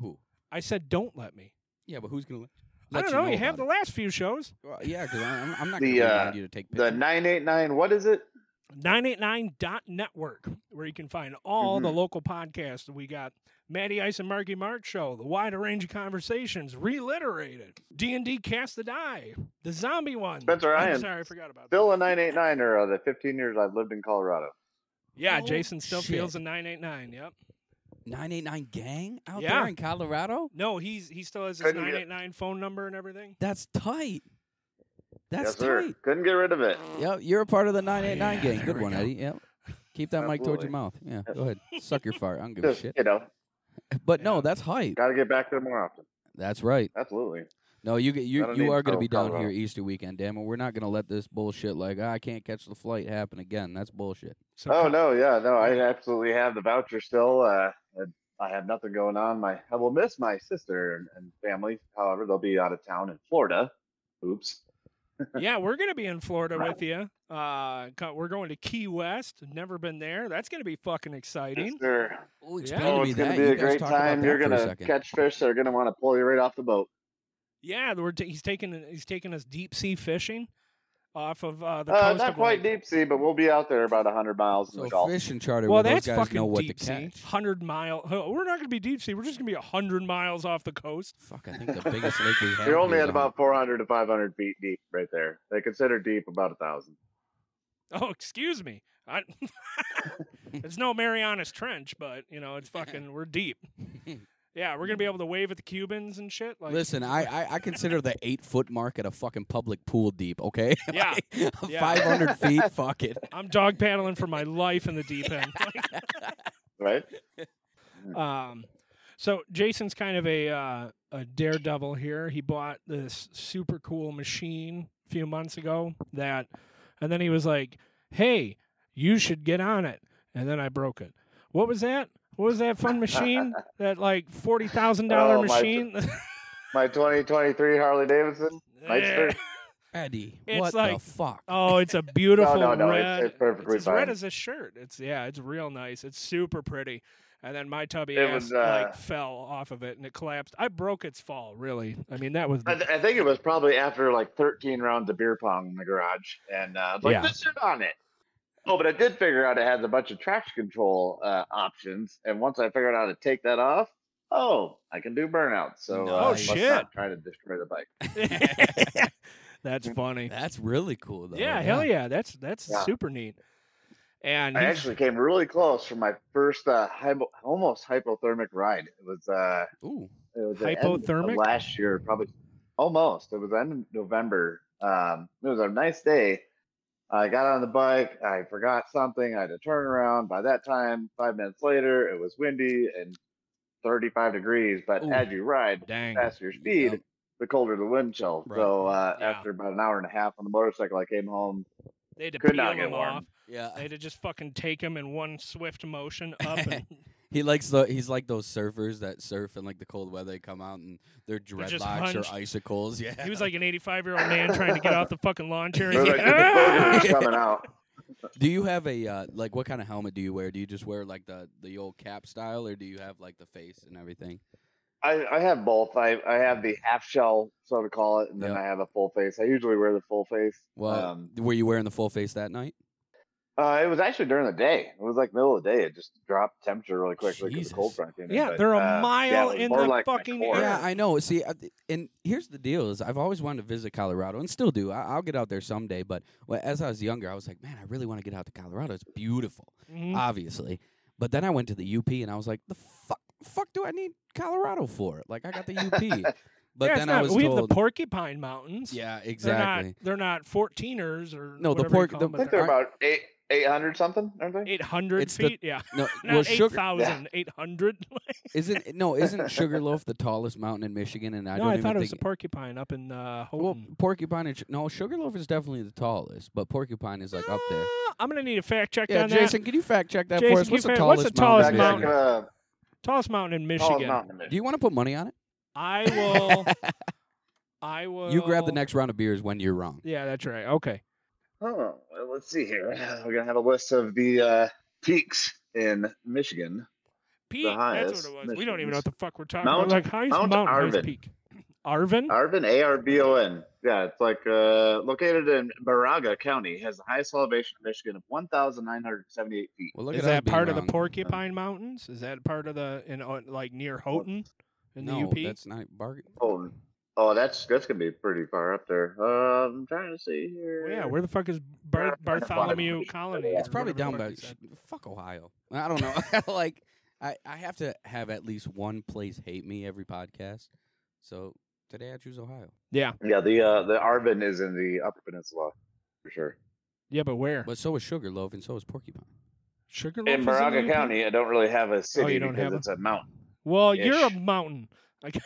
Speaker 4: Who?
Speaker 3: I said, don't let me.
Speaker 4: Yeah, but who's gonna let,
Speaker 3: I
Speaker 4: let
Speaker 3: don't
Speaker 4: you
Speaker 3: know.
Speaker 4: know
Speaker 3: You have the
Speaker 4: about
Speaker 3: last few shows.
Speaker 4: it? Well, yeah, because I'm, I'm not
Speaker 5: The,
Speaker 4: gonna remind
Speaker 5: uh,
Speaker 4: you to take
Speaker 5: The
Speaker 4: pictures.
Speaker 5: nine eight nine. What is it?
Speaker 3: 989.network, where you can find all the
Speaker 4: Mm-hmm.
Speaker 5: Mhm.
Speaker 3: local podcasts. We got Matty Ice and Marky Mark Show, The Wider Range of Conversations, Reliterated, D&D Cast the Die, The Zombie One.
Speaker 5: Spencer
Speaker 3: I'm
Speaker 5: Ryan.
Speaker 3: sorry, I forgot about that.
Speaker 5: Still a nine eight nine era. The fifteen years I've lived in Colorado.
Speaker 3: Yeah,
Speaker 4: Oh,
Speaker 3: Jason still feels a
Speaker 4: shit.
Speaker 3: 989, yep.
Speaker 4: 989 gang out
Speaker 3: Yeah.
Speaker 4: there in Colorado.
Speaker 3: No, he's he still has his
Speaker 5: Couldn't get-
Speaker 3: 989 phone number and everything.
Speaker 4: That's tight. That's
Speaker 5: yes, sir.
Speaker 4: tight.
Speaker 5: Couldn't get rid of it.
Speaker 4: Yep, you're a part of the 989
Speaker 3: Oh, yeah,
Speaker 4: gang.
Speaker 3: there
Speaker 4: Good
Speaker 3: we
Speaker 4: one,
Speaker 3: go.
Speaker 4: Eddie. Yep. Keep that mic towards
Speaker 5: Absolutely.
Speaker 4: your mouth. Yeah, go ahead. Suck your fart. I don't give a
Speaker 5: Just,
Speaker 4: shit.
Speaker 5: you know,
Speaker 4: But
Speaker 3: Yeah.
Speaker 4: no, that's hype.
Speaker 5: got to get back there more often.
Speaker 4: That's right.
Speaker 5: Absolutely.
Speaker 4: No, you get you
Speaker 5: Gotta
Speaker 4: you
Speaker 5: need
Speaker 4: are going to
Speaker 5: Colo-
Speaker 4: be down
Speaker 5: Colorado.
Speaker 4: here Easter weekend, damn it. We're not going to let this bullshit like "Ah, I can't catch the flight happen again. That's bullshit.
Speaker 3: So
Speaker 5: Oh
Speaker 3: Col-
Speaker 5: no, yeah, no, I absolutely have the voucher still. Uh, and I have nothing going on. My I will miss my sister and, and family. However, they'll be out of town in Florida. Oops.
Speaker 3: yeah, we're going to be in Florida
Speaker 5: Right.
Speaker 3: with you. Uh, co- we're going to Key West. Never been there. That's going to be fucking exciting.
Speaker 5: Sister.
Speaker 4: Oh,
Speaker 3: explain
Speaker 4: explain
Speaker 3: to
Speaker 4: to
Speaker 5: Oh,
Speaker 4: me
Speaker 5: it's gonna
Speaker 4: that.
Speaker 5: be
Speaker 4: you
Speaker 5: a great time. You're
Speaker 4: going
Speaker 5: gonna
Speaker 4: to
Speaker 5: catch fish. They're gonna want to pull you right off the boat.
Speaker 3: Yeah, we're t- he's taking he's taking us deep sea fishing off of uh, the
Speaker 5: Uh,
Speaker 3: coast
Speaker 5: not
Speaker 3: of
Speaker 5: quite
Speaker 3: Lake-
Speaker 5: deep sea, but we'll be out there about hundred miles in the
Speaker 4: So
Speaker 5: Gulf.
Speaker 4: fish and charter.
Speaker 3: Well,
Speaker 4: where
Speaker 3: that's
Speaker 4: those guys
Speaker 3: fucking
Speaker 4: know what
Speaker 3: deep
Speaker 4: to
Speaker 3: sea.
Speaker 4: catch.
Speaker 3: Hundred mile. huh, We're not going to be deep sea. We're just going to be hundred miles off the coast.
Speaker 4: Fuck, I think the biggest lake we have.
Speaker 5: You're only
Speaker 4: here is uh,
Speaker 5: at
Speaker 4: a hundred-
Speaker 5: about 400 to 500 feet deep right there. They consider deep about a thousand.
Speaker 3: Oh, excuse me. I, it's no Marianas Trench, but you know it's fucking. We're deep. Yeah, we're gonna be able to wave at the Cubans and shit. Like,
Speaker 4: Listen, I, I I consider the eight foot mark at a fucking public pool deep. Okay,
Speaker 3: Yeah, yeah.
Speaker 4: five hundred feet. Fuck it.
Speaker 3: I'm dog paddling for my life in the deep end.
Speaker 5: Right?
Speaker 3: Um, so Jason's kind of a uh, a daredevil here. He bought this super cool machine a few months ago that, and then he was like, "Hey, you should get on it." And then I broke it. What was that? What was that fun machine? that like forty thousand thousand dollar
Speaker 5: Oh, my
Speaker 3: machine?
Speaker 5: My 2023 Harley Davidson. Meister.
Speaker 4: Eddie,
Speaker 3: It's
Speaker 4: what
Speaker 3: like-
Speaker 4: the fuck?
Speaker 3: Oh, it's a beautiful
Speaker 5: no, no, it's-
Speaker 3: red.
Speaker 5: it's perfectly
Speaker 3: as red
Speaker 5: fine.
Speaker 3: as a shirt. It's yeah, it's real nice. It's super pretty. And then my tubby
Speaker 5: It
Speaker 3: ass
Speaker 5: was, uh,
Speaker 3: like fell off of it and it collapsed. I broke its fall. Really, I mean that was.
Speaker 5: I, th- I think it was probably after like 13 rounds of beer pong in the garage. And uh, I was like,
Speaker 3: Yeah.
Speaker 5: this shit on it. Oh, but I did figure out it has a bunch of traction control uh, options. And once I figured out how to take that off, oh, I can do burnout. So
Speaker 4: No.
Speaker 5: uh,
Speaker 4: Oh,
Speaker 5: let's
Speaker 3: shit.
Speaker 5: not try to destroy the bike.
Speaker 3: that's funny.
Speaker 4: That's really cool though.
Speaker 3: yeah, hell yeah, that's that's
Speaker 5: Yeah.
Speaker 3: super neat. And
Speaker 5: I
Speaker 3: he's-
Speaker 5: actually came really close for my first uh, hypo- almost hypothermic ride. It was uh,
Speaker 4: Ooh,
Speaker 5: It was the end of
Speaker 3: Hypothermic?
Speaker 5: last year, probably almost. It was end of November. Um, it was a nice day. I got on the bike. I forgot something. I had to turn around. By that time, five minutes later, it was windy and 35 degrees. But
Speaker 4: Ooh.
Speaker 5: as you ride,
Speaker 3: dang,
Speaker 5: the faster your speed,
Speaker 4: Yep.
Speaker 5: the colder the wind chill.
Speaker 4: Right.
Speaker 5: So uh,
Speaker 3: Yeah.
Speaker 5: after about an hour and a half on the motorcycle, I came home.
Speaker 3: they had to
Speaker 5: could
Speaker 3: peel
Speaker 5: not get
Speaker 3: him
Speaker 5: warm.
Speaker 3: off.
Speaker 4: yeah.
Speaker 3: They had to just fucking take him in one swift motion up and
Speaker 4: He likes the he's like those surfers that surf in like the cold weather. They come out and their
Speaker 3: just
Speaker 4: dreadlocks
Speaker 3: hunched.
Speaker 4: or icicles. Yeah,
Speaker 3: He was like an 85 year old man trying to get off the fucking lawn chair.
Speaker 5: It
Speaker 3: and
Speaker 5: was
Speaker 3: he's
Speaker 5: like
Speaker 3: like,
Speaker 5: the
Speaker 3: "Ah!"
Speaker 5: boogers coming out.
Speaker 4: Do you have a uh, like what kind of helmet do you wear? Do you just wear like the the old cap style, or do you have like the face and everything?
Speaker 5: I, I have both. I, I have the half shell, so to call it, and then
Speaker 4: Yep.
Speaker 5: I have a full face. I usually wear the full face.
Speaker 4: Well,
Speaker 5: um,
Speaker 4: were you wearing the full face that night?
Speaker 5: uh, it was actually during the day. It was like middle of the day. It just dropped temperature really quickly because the cold
Speaker 4: Jesus.
Speaker 5: front came in.
Speaker 3: Yeah,
Speaker 5: but,
Speaker 3: they're a
Speaker 5: uh, yeah,
Speaker 3: mile
Speaker 5: it was
Speaker 3: in
Speaker 5: more
Speaker 3: the
Speaker 5: like my
Speaker 3: fucking
Speaker 5: core.
Speaker 3: Or-
Speaker 4: Yeah, I know. See, I, and here's the deal: is I've always wanted to visit Colorado, and still do. I, I'll get out there someday. But well, as I was younger, I was like, man, I really want to get out to Colorado. It's beautiful,
Speaker 3: Mhm.
Speaker 4: Uh, obviously. But then I went to the UP, and I was like, the fuck, fuck, do I need Colorado for? Like, I got the UP. But
Speaker 3: Yeah, it's
Speaker 4: then I
Speaker 3: not-
Speaker 4: was
Speaker 3: we have
Speaker 4: told,
Speaker 3: the Porcupine Mountains.
Speaker 4: yeah,
Speaker 3: They're not-
Speaker 4: exactly.
Speaker 3: They're not 14ers or
Speaker 4: No,
Speaker 3: whatever
Speaker 4: the
Speaker 3: you
Speaker 4: porc-
Speaker 3: call
Speaker 4: the-
Speaker 3: them,
Speaker 5: I
Speaker 3: but
Speaker 5: think
Speaker 3: they're
Speaker 5: they're about eight eight hundred something, aren't they?
Speaker 3: 800
Speaker 4: It's the-
Speaker 3: feet. yeah,
Speaker 4: No,
Speaker 3: not
Speaker 4: well, sugar,
Speaker 3: 8,000, 800.
Speaker 4: Isn't no? Isn't Sugarloaf the tallest mountain in Michigan? And I
Speaker 3: no,
Speaker 4: don't
Speaker 3: I
Speaker 4: even
Speaker 3: thought it
Speaker 4: think
Speaker 3: was a porcupine up in uh,
Speaker 4: Oh, well,
Speaker 3: Houghton.
Speaker 4: porcupine. And, Sh- no, Sugarloaf is definitely the tallest, but porcupine is like up there.
Speaker 3: Uh, I'm gonna need a fact check
Speaker 4: Yeah,
Speaker 3: on
Speaker 4: Jason, can you fact check that
Speaker 3: Jason,
Speaker 4: for us?
Speaker 3: can you
Speaker 4: What's the,
Speaker 3: fact-
Speaker 4: tallest
Speaker 3: what's the
Speaker 4: mountain?
Speaker 3: tallest
Speaker 5: Back,
Speaker 4: in
Speaker 5: back,
Speaker 3: mountain?
Speaker 4: Michigan?
Speaker 5: uh,
Speaker 3: that. Tallest mountain in
Speaker 5: tallest
Speaker 3: Michigan.
Speaker 5: mountain in
Speaker 4: Do
Speaker 5: Michigan.
Speaker 4: you want to put money on it?
Speaker 3: I will. I will.
Speaker 4: You grab the next round of beers when you're wrong.
Speaker 3: Yeah, that's right. Okay.
Speaker 5: Oh, well, let's see here. We're gonna have a list of the uh, peaks in Michigan.
Speaker 3: Pete, that's
Speaker 5: highest
Speaker 3: what it was. We don't even know
Speaker 5: Michigan's.
Speaker 3: what the fuck we're talking
Speaker 5: Mount-
Speaker 3: about. Like, highest
Speaker 5: Mount
Speaker 3: mountain, highest
Speaker 5: Arvin.
Speaker 3: peak. Arvin?
Speaker 5: Arvin, A R B O N. Yeah, it's like uh, located in Baraga County. Has the highest elevation in Michigan of 1,978 feet.
Speaker 4: Well, look
Speaker 3: Is
Speaker 4: at us
Speaker 3: that
Speaker 4: being
Speaker 3: part of the
Speaker 4: wrong.
Speaker 3: Porcupine Mountains? Is that part of the in uh, like near Houghton in
Speaker 4: no,
Speaker 3: the UP?
Speaker 4: that's not bargain.
Speaker 5: Oh, oh, that's that's gonna be pretty far up there. Um, I'm trying to see here.
Speaker 3: Well, yeah, where the fuck is Bar- Bartholomew Colony?
Speaker 5: It's
Speaker 3: or
Speaker 4: It's probably down
Speaker 3: whatever the
Speaker 4: by
Speaker 3: fuck he said?
Speaker 4: fuck Ohio. I don't know. like I, I have to have at least one place hate me every podcast. So today I choose Ohio.
Speaker 3: Yeah,
Speaker 5: Yeah, the uh, the Arvin is in the Upper Peninsula for sure.
Speaker 3: yeah, but where?
Speaker 4: But so is Sugarloaf and so is Porcupine.
Speaker 3: Sugarloaf
Speaker 5: In
Speaker 3: is
Speaker 5: Baraga
Speaker 3: the UP?
Speaker 5: County, I don't really have a city
Speaker 3: Oh, you don't
Speaker 5: because
Speaker 3: have a-
Speaker 5: it's a mountain.
Speaker 3: Well, you're a
Speaker 5: Ish.
Speaker 3: mountain. Like,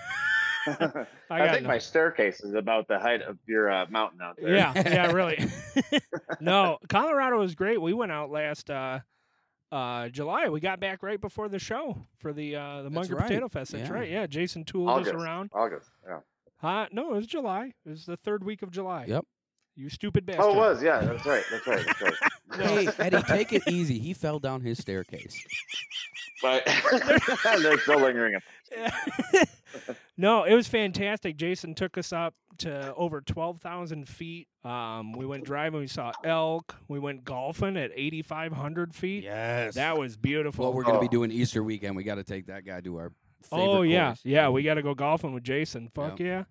Speaker 5: I,
Speaker 3: got
Speaker 5: think my
Speaker 3: nothing.
Speaker 5: staircase is about the height of your uh, mountain out there.
Speaker 3: Yeah, yeah, really. no, Colorado is great. We went out last uh, uh, July. We got back right before the show for the uh, the
Speaker 4: That's
Speaker 3: Munger
Speaker 4: right.
Speaker 3: Potato Fest. That's
Speaker 4: Yeah.
Speaker 3: right. Yeah, Jason tooled us
Speaker 5: August.
Speaker 3: around.
Speaker 5: August. Yeah.
Speaker 3: Huh? No, it was July. It was the third week of July.
Speaker 4: Yep.
Speaker 3: You stupid bastard.
Speaker 5: Oh, it was. Yeah, that's right. That's right. That's right.
Speaker 4: Hey, Eddie, take it easy. He fell down his staircase.
Speaker 5: but they're still lingering.
Speaker 3: no, it was fantastic. Jason took us up to over 12,000 feet. Um, we went driving. We saw elk. We went golfing at 8,500 feet.
Speaker 4: Yes.
Speaker 3: That was beautiful.
Speaker 4: what we're gonna be
Speaker 5: Oh.
Speaker 4: doing Easter weekend. We gotta take that guy to our favorite
Speaker 3: oh, yeah.
Speaker 4: course.
Speaker 3: Yeah, we got to go golfing with Jason. Fuck yeah.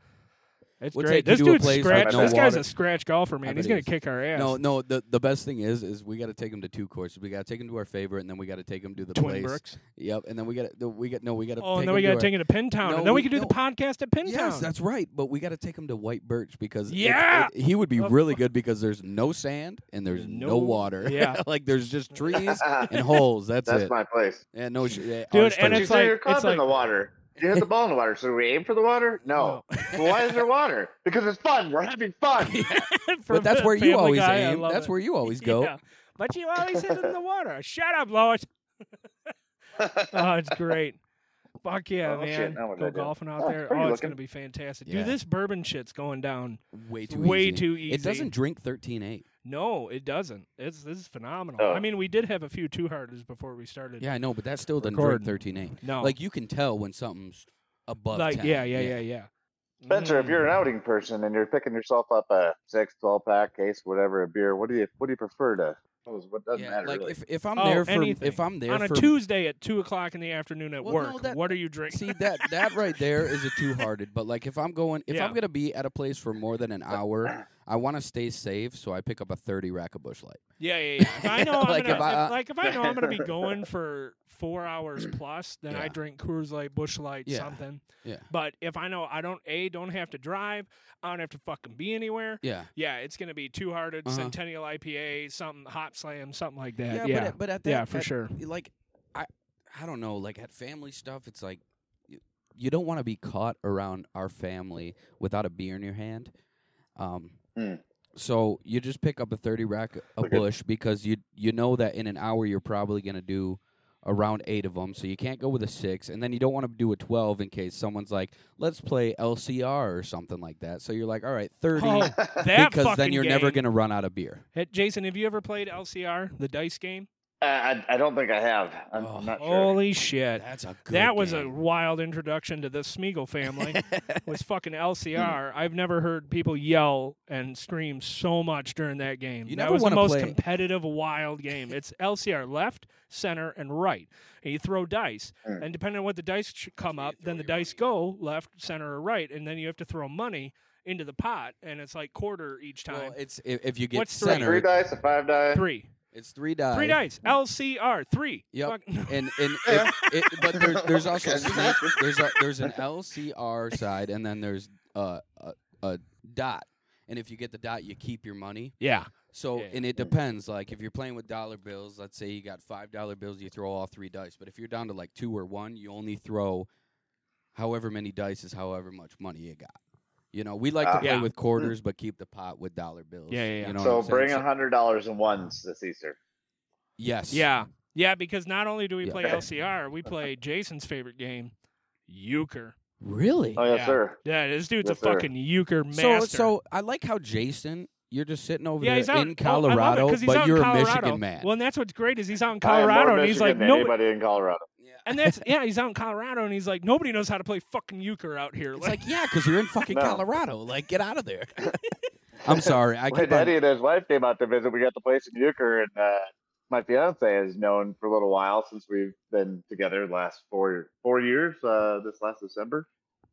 Speaker 3: It's
Speaker 4: We'll
Speaker 3: great.
Speaker 4: take
Speaker 3: This
Speaker 4: you to a
Speaker 3: dude's
Speaker 4: place with
Speaker 3: scratch.
Speaker 5: no
Speaker 3: this guy's a
Speaker 4: water.
Speaker 3: scratch golfer, man.
Speaker 4: bet
Speaker 3: He's
Speaker 4: he
Speaker 3: gonna
Speaker 4: is.
Speaker 3: kick our ass.
Speaker 4: No, no. The the best thing is, is we got to take him to two courses. We got to take him to our favorite, and then we got to take him to the
Speaker 3: Twin
Speaker 4: place.
Speaker 3: Brooks.
Speaker 4: Yep, and then we got to we got no, we got to.
Speaker 3: Oh,
Speaker 4: take
Speaker 3: and then we
Speaker 4: him
Speaker 3: gotta
Speaker 4: to
Speaker 3: take
Speaker 4: our,
Speaker 3: it to Pintown,
Speaker 4: No,
Speaker 3: and then we,
Speaker 4: we-
Speaker 3: can do
Speaker 4: no.
Speaker 3: the podcast at Pintown.
Speaker 4: Yes, that's right. But we got to take him to White Birch because it-
Speaker 3: Yeah!
Speaker 4: it- he would be
Speaker 3: Of
Speaker 4: really good because there's no sand and there's no,
Speaker 3: No-
Speaker 4: water.
Speaker 3: yeah.
Speaker 4: like there's just trees
Speaker 5: Ah, That's
Speaker 4: and holes. That's, it.
Speaker 5: my place.
Speaker 4: yeah, no, sh- yeah,
Speaker 3: Dude,
Speaker 4: ours
Speaker 3: and
Speaker 4: first.
Speaker 5: But you
Speaker 3: it's
Speaker 5: threw
Speaker 3: like-
Speaker 5: your club
Speaker 3: it's
Speaker 5: in
Speaker 3: like-
Speaker 5: the water. You hit the ball in the water. So do we aim for the water? No. well, why is there water? Because it's fun. We're having fun.
Speaker 3: For
Speaker 4: but that's where you
Speaker 3: Family
Speaker 4: always
Speaker 3: Guy, I
Speaker 4: aim.
Speaker 3: love
Speaker 4: That's
Speaker 3: it.
Speaker 4: where you always go.
Speaker 3: Yeah. But you always hit it in the water. Shut up, Lois. Oh, it's great. Fuck yeah,
Speaker 5: Oh, shit,
Speaker 3: man.
Speaker 5: now what
Speaker 3: Go
Speaker 5: did I do?
Speaker 3: golfing out
Speaker 5: Oh,
Speaker 3: there.
Speaker 5: pretty
Speaker 3: Oh, it's
Speaker 5: looking.
Speaker 3: going to be fantastic.
Speaker 4: Yeah.
Speaker 3: Dude, this bourbon shit's going down
Speaker 4: Way too
Speaker 3: way
Speaker 4: easy.
Speaker 3: too easy.
Speaker 4: It doesn't drink thirteen eight.
Speaker 3: No, it doesn't. It's This is phenomenal.
Speaker 5: Oh.
Speaker 3: I mean, we did have a few two-hearters before we started.
Speaker 4: Yeah, I know, but that still doesn't
Speaker 3: Recording.
Speaker 4: drink thirteen eight.
Speaker 3: No.
Speaker 4: Like you can tell when something's above
Speaker 3: Like,
Speaker 4: 10.
Speaker 3: yeah, yeah, yeah, yeah.
Speaker 5: Spencer, if
Speaker 3: Mm.
Speaker 5: you're an outing person and you're picking yourself up a six, twelve pack case, whatever, a beer, what do you what do you prefer to? What doesn't
Speaker 4: Yeah,
Speaker 5: matter
Speaker 4: like
Speaker 5: really.
Speaker 4: if, if I'm
Speaker 3: Oh,
Speaker 4: there for
Speaker 3: anything.
Speaker 4: if I'm there
Speaker 3: on a
Speaker 4: for
Speaker 3: Tuesday at 2 o'clock in the afternoon at
Speaker 4: Well,
Speaker 3: work,
Speaker 4: no, that-
Speaker 3: what are you drinking?
Speaker 4: See that that right there is a two hearted. But like if I'm going if
Speaker 3: Yeah.
Speaker 4: I'm gonna be at a place for more than an hour, I want to stay safe, so I pick up a thirty rack of Bush Light.
Speaker 3: Yeah, yeah, yeah. If I know I'm
Speaker 4: Like,
Speaker 3: gonna,
Speaker 4: if I- uh,
Speaker 3: if- like if I know I'm gonna be going for four hours plus, then I
Speaker 4: Yeah.
Speaker 3: drink Coors Light, Bush Light,
Speaker 4: Yeah.
Speaker 3: something.
Speaker 4: Yeah.
Speaker 3: But if I know I don't a don't have to drive, I don't have to fucking be anywhere.
Speaker 4: Yeah.
Speaker 3: Yeah, it's gonna be two hearted
Speaker 4: Uh-huh.
Speaker 3: Centennial IPA, something Hop Slam, something like that. Yeah,
Speaker 4: Yeah,
Speaker 3: yeah,
Speaker 4: But, at, but at that
Speaker 3: for
Speaker 4: at-
Speaker 3: sure.
Speaker 4: Like I I don't know, like at family stuff it's like you, you don't want to be caught around our family without a beer in your hand. Um
Speaker 5: Mm.
Speaker 4: So you just pick up a thirty rack of
Speaker 5: Okay.
Speaker 4: Bush because you you know that in an hour you're probably gonna do around eight of them, so you can't go with a six, and then you don't want to do a twelve in case someone's like, "Let's play LCR or something like that." So you're like, "All right, 30
Speaker 3: Oh, that
Speaker 4: because then
Speaker 3: fucking
Speaker 4: you're never
Speaker 3: game.
Speaker 4: gonna run out of beer.
Speaker 3: Hey, Jason, have you ever played LCR, the dice game?
Speaker 5: Uh, I, I don't think I have. I'm,
Speaker 4: Oh.
Speaker 5: I'm not sure.
Speaker 3: Holy shit!
Speaker 4: That's a good
Speaker 3: that was a
Speaker 4: game.
Speaker 3: wild introduction to the Smeagol family. was fucking LCR.
Speaker 4: Hmm.
Speaker 3: I've never heard people yell and scream so much during that game.
Speaker 4: You
Speaker 3: that
Speaker 4: never
Speaker 3: was the
Speaker 4: wanna
Speaker 3: most
Speaker 4: play-
Speaker 3: competitive, wild game. It's LCR left, center, and right. And you throw dice,
Speaker 5: Mm.
Speaker 4: Hmm.
Speaker 3: and depending on what the dice ch- come up, then the dice go left, center, or right, and then you have to throw money into the pot, and it's like quarter each time.
Speaker 4: Well, it's if, if you get
Speaker 3: What's three?
Speaker 4: center,
Speaker 5: Three dice, a five die.
Speaker 3: three,
Speaker 4: it's three dice.
Speaker 3: three dice. LCR three.
Speaker 4: Yep.
Speaker 3: Fuck-
Speaker 4: And and
Speaker 5: Yeah.
Speaker 4: if, it, but there, there's also
Speaker 5: Okay.
Speaker 4: snake, there's a, there's an LCR side, and then there's uh, a a dot. And if you get the dot, you keep your money.
Speaker 3: yeah.
Speaker 4: So
Speaker 3: Yeah.
Speaker 4: and it depends. Like if you're playing with dollar bills, let's say you got five dollar bills, you throw all three dice. But if you're down to like two or one, you only throw however many dice is however much money you got. You know, we like to
Speaker 5: Ah.
Speaker 4: play
Speaker 3: Yeah.
Speaker 4: with quarters, but keep the pot with dollar bills.
Speaker 3: Yeah, yeah, yeah.
Speaker 4: You know what
Speaker 5: So
Speaker 4: I'm saying?
Speaker 5: bring a hundred dollars in ones this Easter.
Speaker 4: Yes.
Speaker 3: Yeah. Yeah, because not only do we
Speaker 4: Yeah.
Speaker 3: play LCR, we play Jason's favorite game, Euchre.
Speaker 6: Really?
Speaker 5: Oh yes,
Speaker 3: Yeah.
Speaker 5: sir.
Speaker 3: Yeah, this dude's
Speaker 5: Yes,
Speaker 3: a
Speaker 5: sir.
Speaker 3: fucking euchre master.
Speaker 4: So, so I like how Jason, you're just sitting over
Speaker 3: yeah,
Speaker 4: there
Speaker 3: he's out oh, I
Speaker 4: in
Speaker 3: love it,
Speaker 4: Colorado,
Speaker 3: 'cause he's
Speaker 4: but
Speaker 3: out in
Speaker 4: you're a
Speaker 3: Colorado.
Speaker 4: Michigan man.
Speaker 3: Well, and that's what's great is he's out in
Speaker 5: I am more
Speaker 3: Colorado, and he's
Speaker 5: Michigan
Speaker 3: like,
Speaker 5: than
Speaker 3: nobody,
Speaker 5: anybody in Colorado.
Speaker 3: and that's yeah, he's out in Colorado, and he's like, nobody knows how to play fucking euchre out here.
Speaker 4: It's like, yeah, because you're in fucking
Speaker 5: No.
Speaker 4: Colorado. Like, get out of there. I'm sorry. I
Speaker 5: when
Speaker 4: keep on,
Speaker 5: Eddie and his wife came out to visit, we got to play some euchre, and uh, my fiance has known for a little while since we've been together the last four four years. Uh, this last December,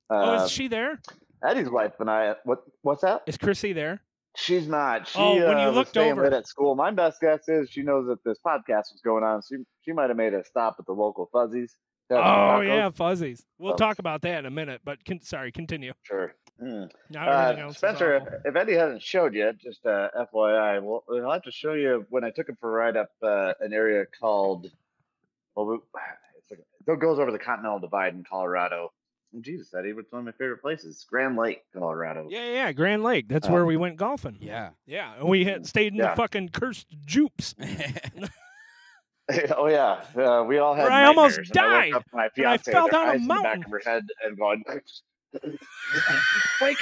Speaker 3: oh,
Speaker 5: uh,
Speaker 3: is she there?
Speaker 5: Eddie's wife and I. What what's that?
Speaker 3: Is Chrissy there?
Speaker 5: She's not. She,
Speaker 3: Oh, when you
Speaker 5: uh, was
Speaker 3: looked
Speaker 5: staying
Speaker 3: over.
Speaker 5: lit at school. My best guess is she knows that this podcast was going on. She she might have made a stop at the local fuzzies.
Speaker 3: Oh
Speaker 5: Got some tacos.
Speaker 3: yeah, fuzzies. We'll
Speaker 5: Oh.
Speaker 3: talk about that in a minute, but con- sorry, continue.
Speaker 5: sure. Mm.
Speaker 3: Now everything
Speaker 5: Uh,
Speaker 3: else is
Speaker 5: Spencer,
Speaker 3: awful.
Speaker 5: if, if Eddie hasn't showed you, just uh, FYI, we'll, we'll have to show you when I took him for a ride up uh, an area called, well, we, it's like, it goes over the Continental Divide in Colorado. And Jesus, Eddie, it's one of my favorite places, Grand Lake, Colorado.
Speaker 3: Yeah, yeah, Grand Lake. That's
Speaker 5: Uh,
Speaker 3: where we went golfing.
Speaker 4: yeah.
Speaker 3: yeah, and we had stayed in the
Speaker 5: Mm. Yeah.
Speaker 3: fucking cursed jupes.
Speaker 5: oh yeah, uh, we all had.
Speaker 3: Where I almost
Speaker 5: nightmares,
Speaker 3: died,
Speaker 5: and I woke up to my
Speaker 3: and I
Speaker 5: fiance
Speaker 3: fell
Speaker 5: with her
Speaker 3: down a
Speaker 5: eyes in the
Speaker 3: mountain.
Speaker 5: Back of her head and going, wake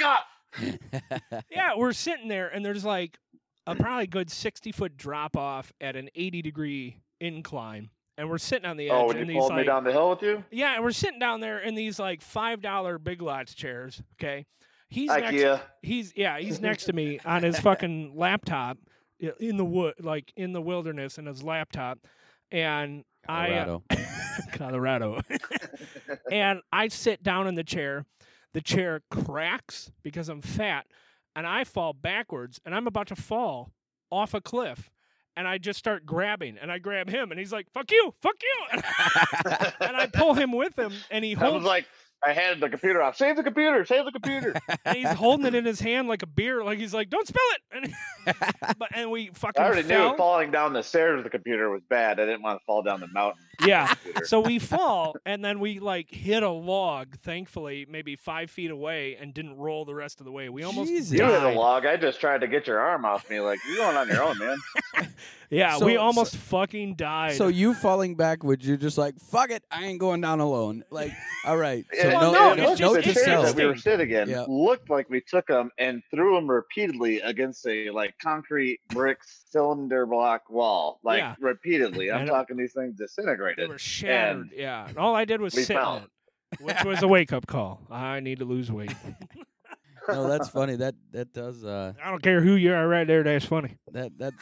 Speaker 5: up!
Speaker 3: uh, yeah, we're sitting there, and there's like a probably good sixty foot drop off at an eighty degree incline, and we're sitting on the edge,
Speaker 5: Oh,
Speaker 3: and
Speaker 5: and you
Speaker 3: these
Speaker 5: pulled me
Speaker 3: like
Speaker 5: down the hill with you?
Speaker 3: yeah, and we're sitting down there in these like five dollar Big Lots chairs. Okay, he's next.
Speaker 5: IKEA.
Speaker 3: He's yeah, he's next to me on his fucking laptop i- in the wood, like in the wilderness, in his laptop, and I. uh, Colorado.
Speaker 4: Colorado.
Speaker 3: and I sit down in the chair. The chair cracks because I'm fat and I fall backwards and I'm about to fall off a cliff. And I just start grabbing and I grab him and he's like, fuck you, fuck you. and I pull him with him and he
Speaker 5: I was
Speaker 3: holds,
Speaker 5: like, I handed the computer off. Save the computer! Save the computer!
Speaker 3: and he's holding it in his hand like a beer. Like he's like, don't spill it. And, but, and we fucking
Speaker 5: I already
Speaker 3: fell.
Speaker 5: knew falling down the stairs of the computer was bad. I didn't want to fall down the mountain.
Speaker 3: Yeah.
Speaker 5: Computer.
Speaker 3: So we fall and then we like hit a log, thankfully, maybe five feet away and didn't roll the rest of the way. We almost
Speaker 4: Jesus.
Speaker 5: You hit
Speaker 3: died.
Speaker 5: a log. I just tried to get your arm off me. Like you're going on your own, man.
Speaker 3: Yeah,
Speaker 4: So-
Speaker 3: we
Speaker 4: so-
Speaker 3: almost fucking died.
Speaker 4: so you falling backwards, you're just like, fuck it, I ain't going down alone. Like, all right. So
Speaker 5: And-
Speaker 3: Well,
Speaker 4: no,
Speaker 3: no,
Speaker 5: and
Speaker 3: it's
Speaker 4: no,
Speaker 3: just
Speaker 4: no
Speaker 5: most of the
Speaker 4: to
Speaker 5: chairs
Speaker 4: self.
Speaker 5: that we were sitting in
Speaker 4: Yeah.
Speaker 5: looked like we took them and threw them repeatedly against a like concrete brick cylinder block wall, like
Speaker 3: Yeah.
Speaker 5: repeatedly. I'm
Speaker 3: And-
Speaker 5: talking these things
Speaker 3: they
Speaker 5: disintegrated.
Speaker 3: were shattered. yeah, and all I did was
Speaker 5: we
Speaker 3: sit, in
Speaker 5: fell.
Speaker 3: it, which was a wake up call. I need to lose weight.
Speaker 4: No, that's funny. That that does uh
Speaker 3: I don't care who you are, right there. That's funny.
Speaker 4: that that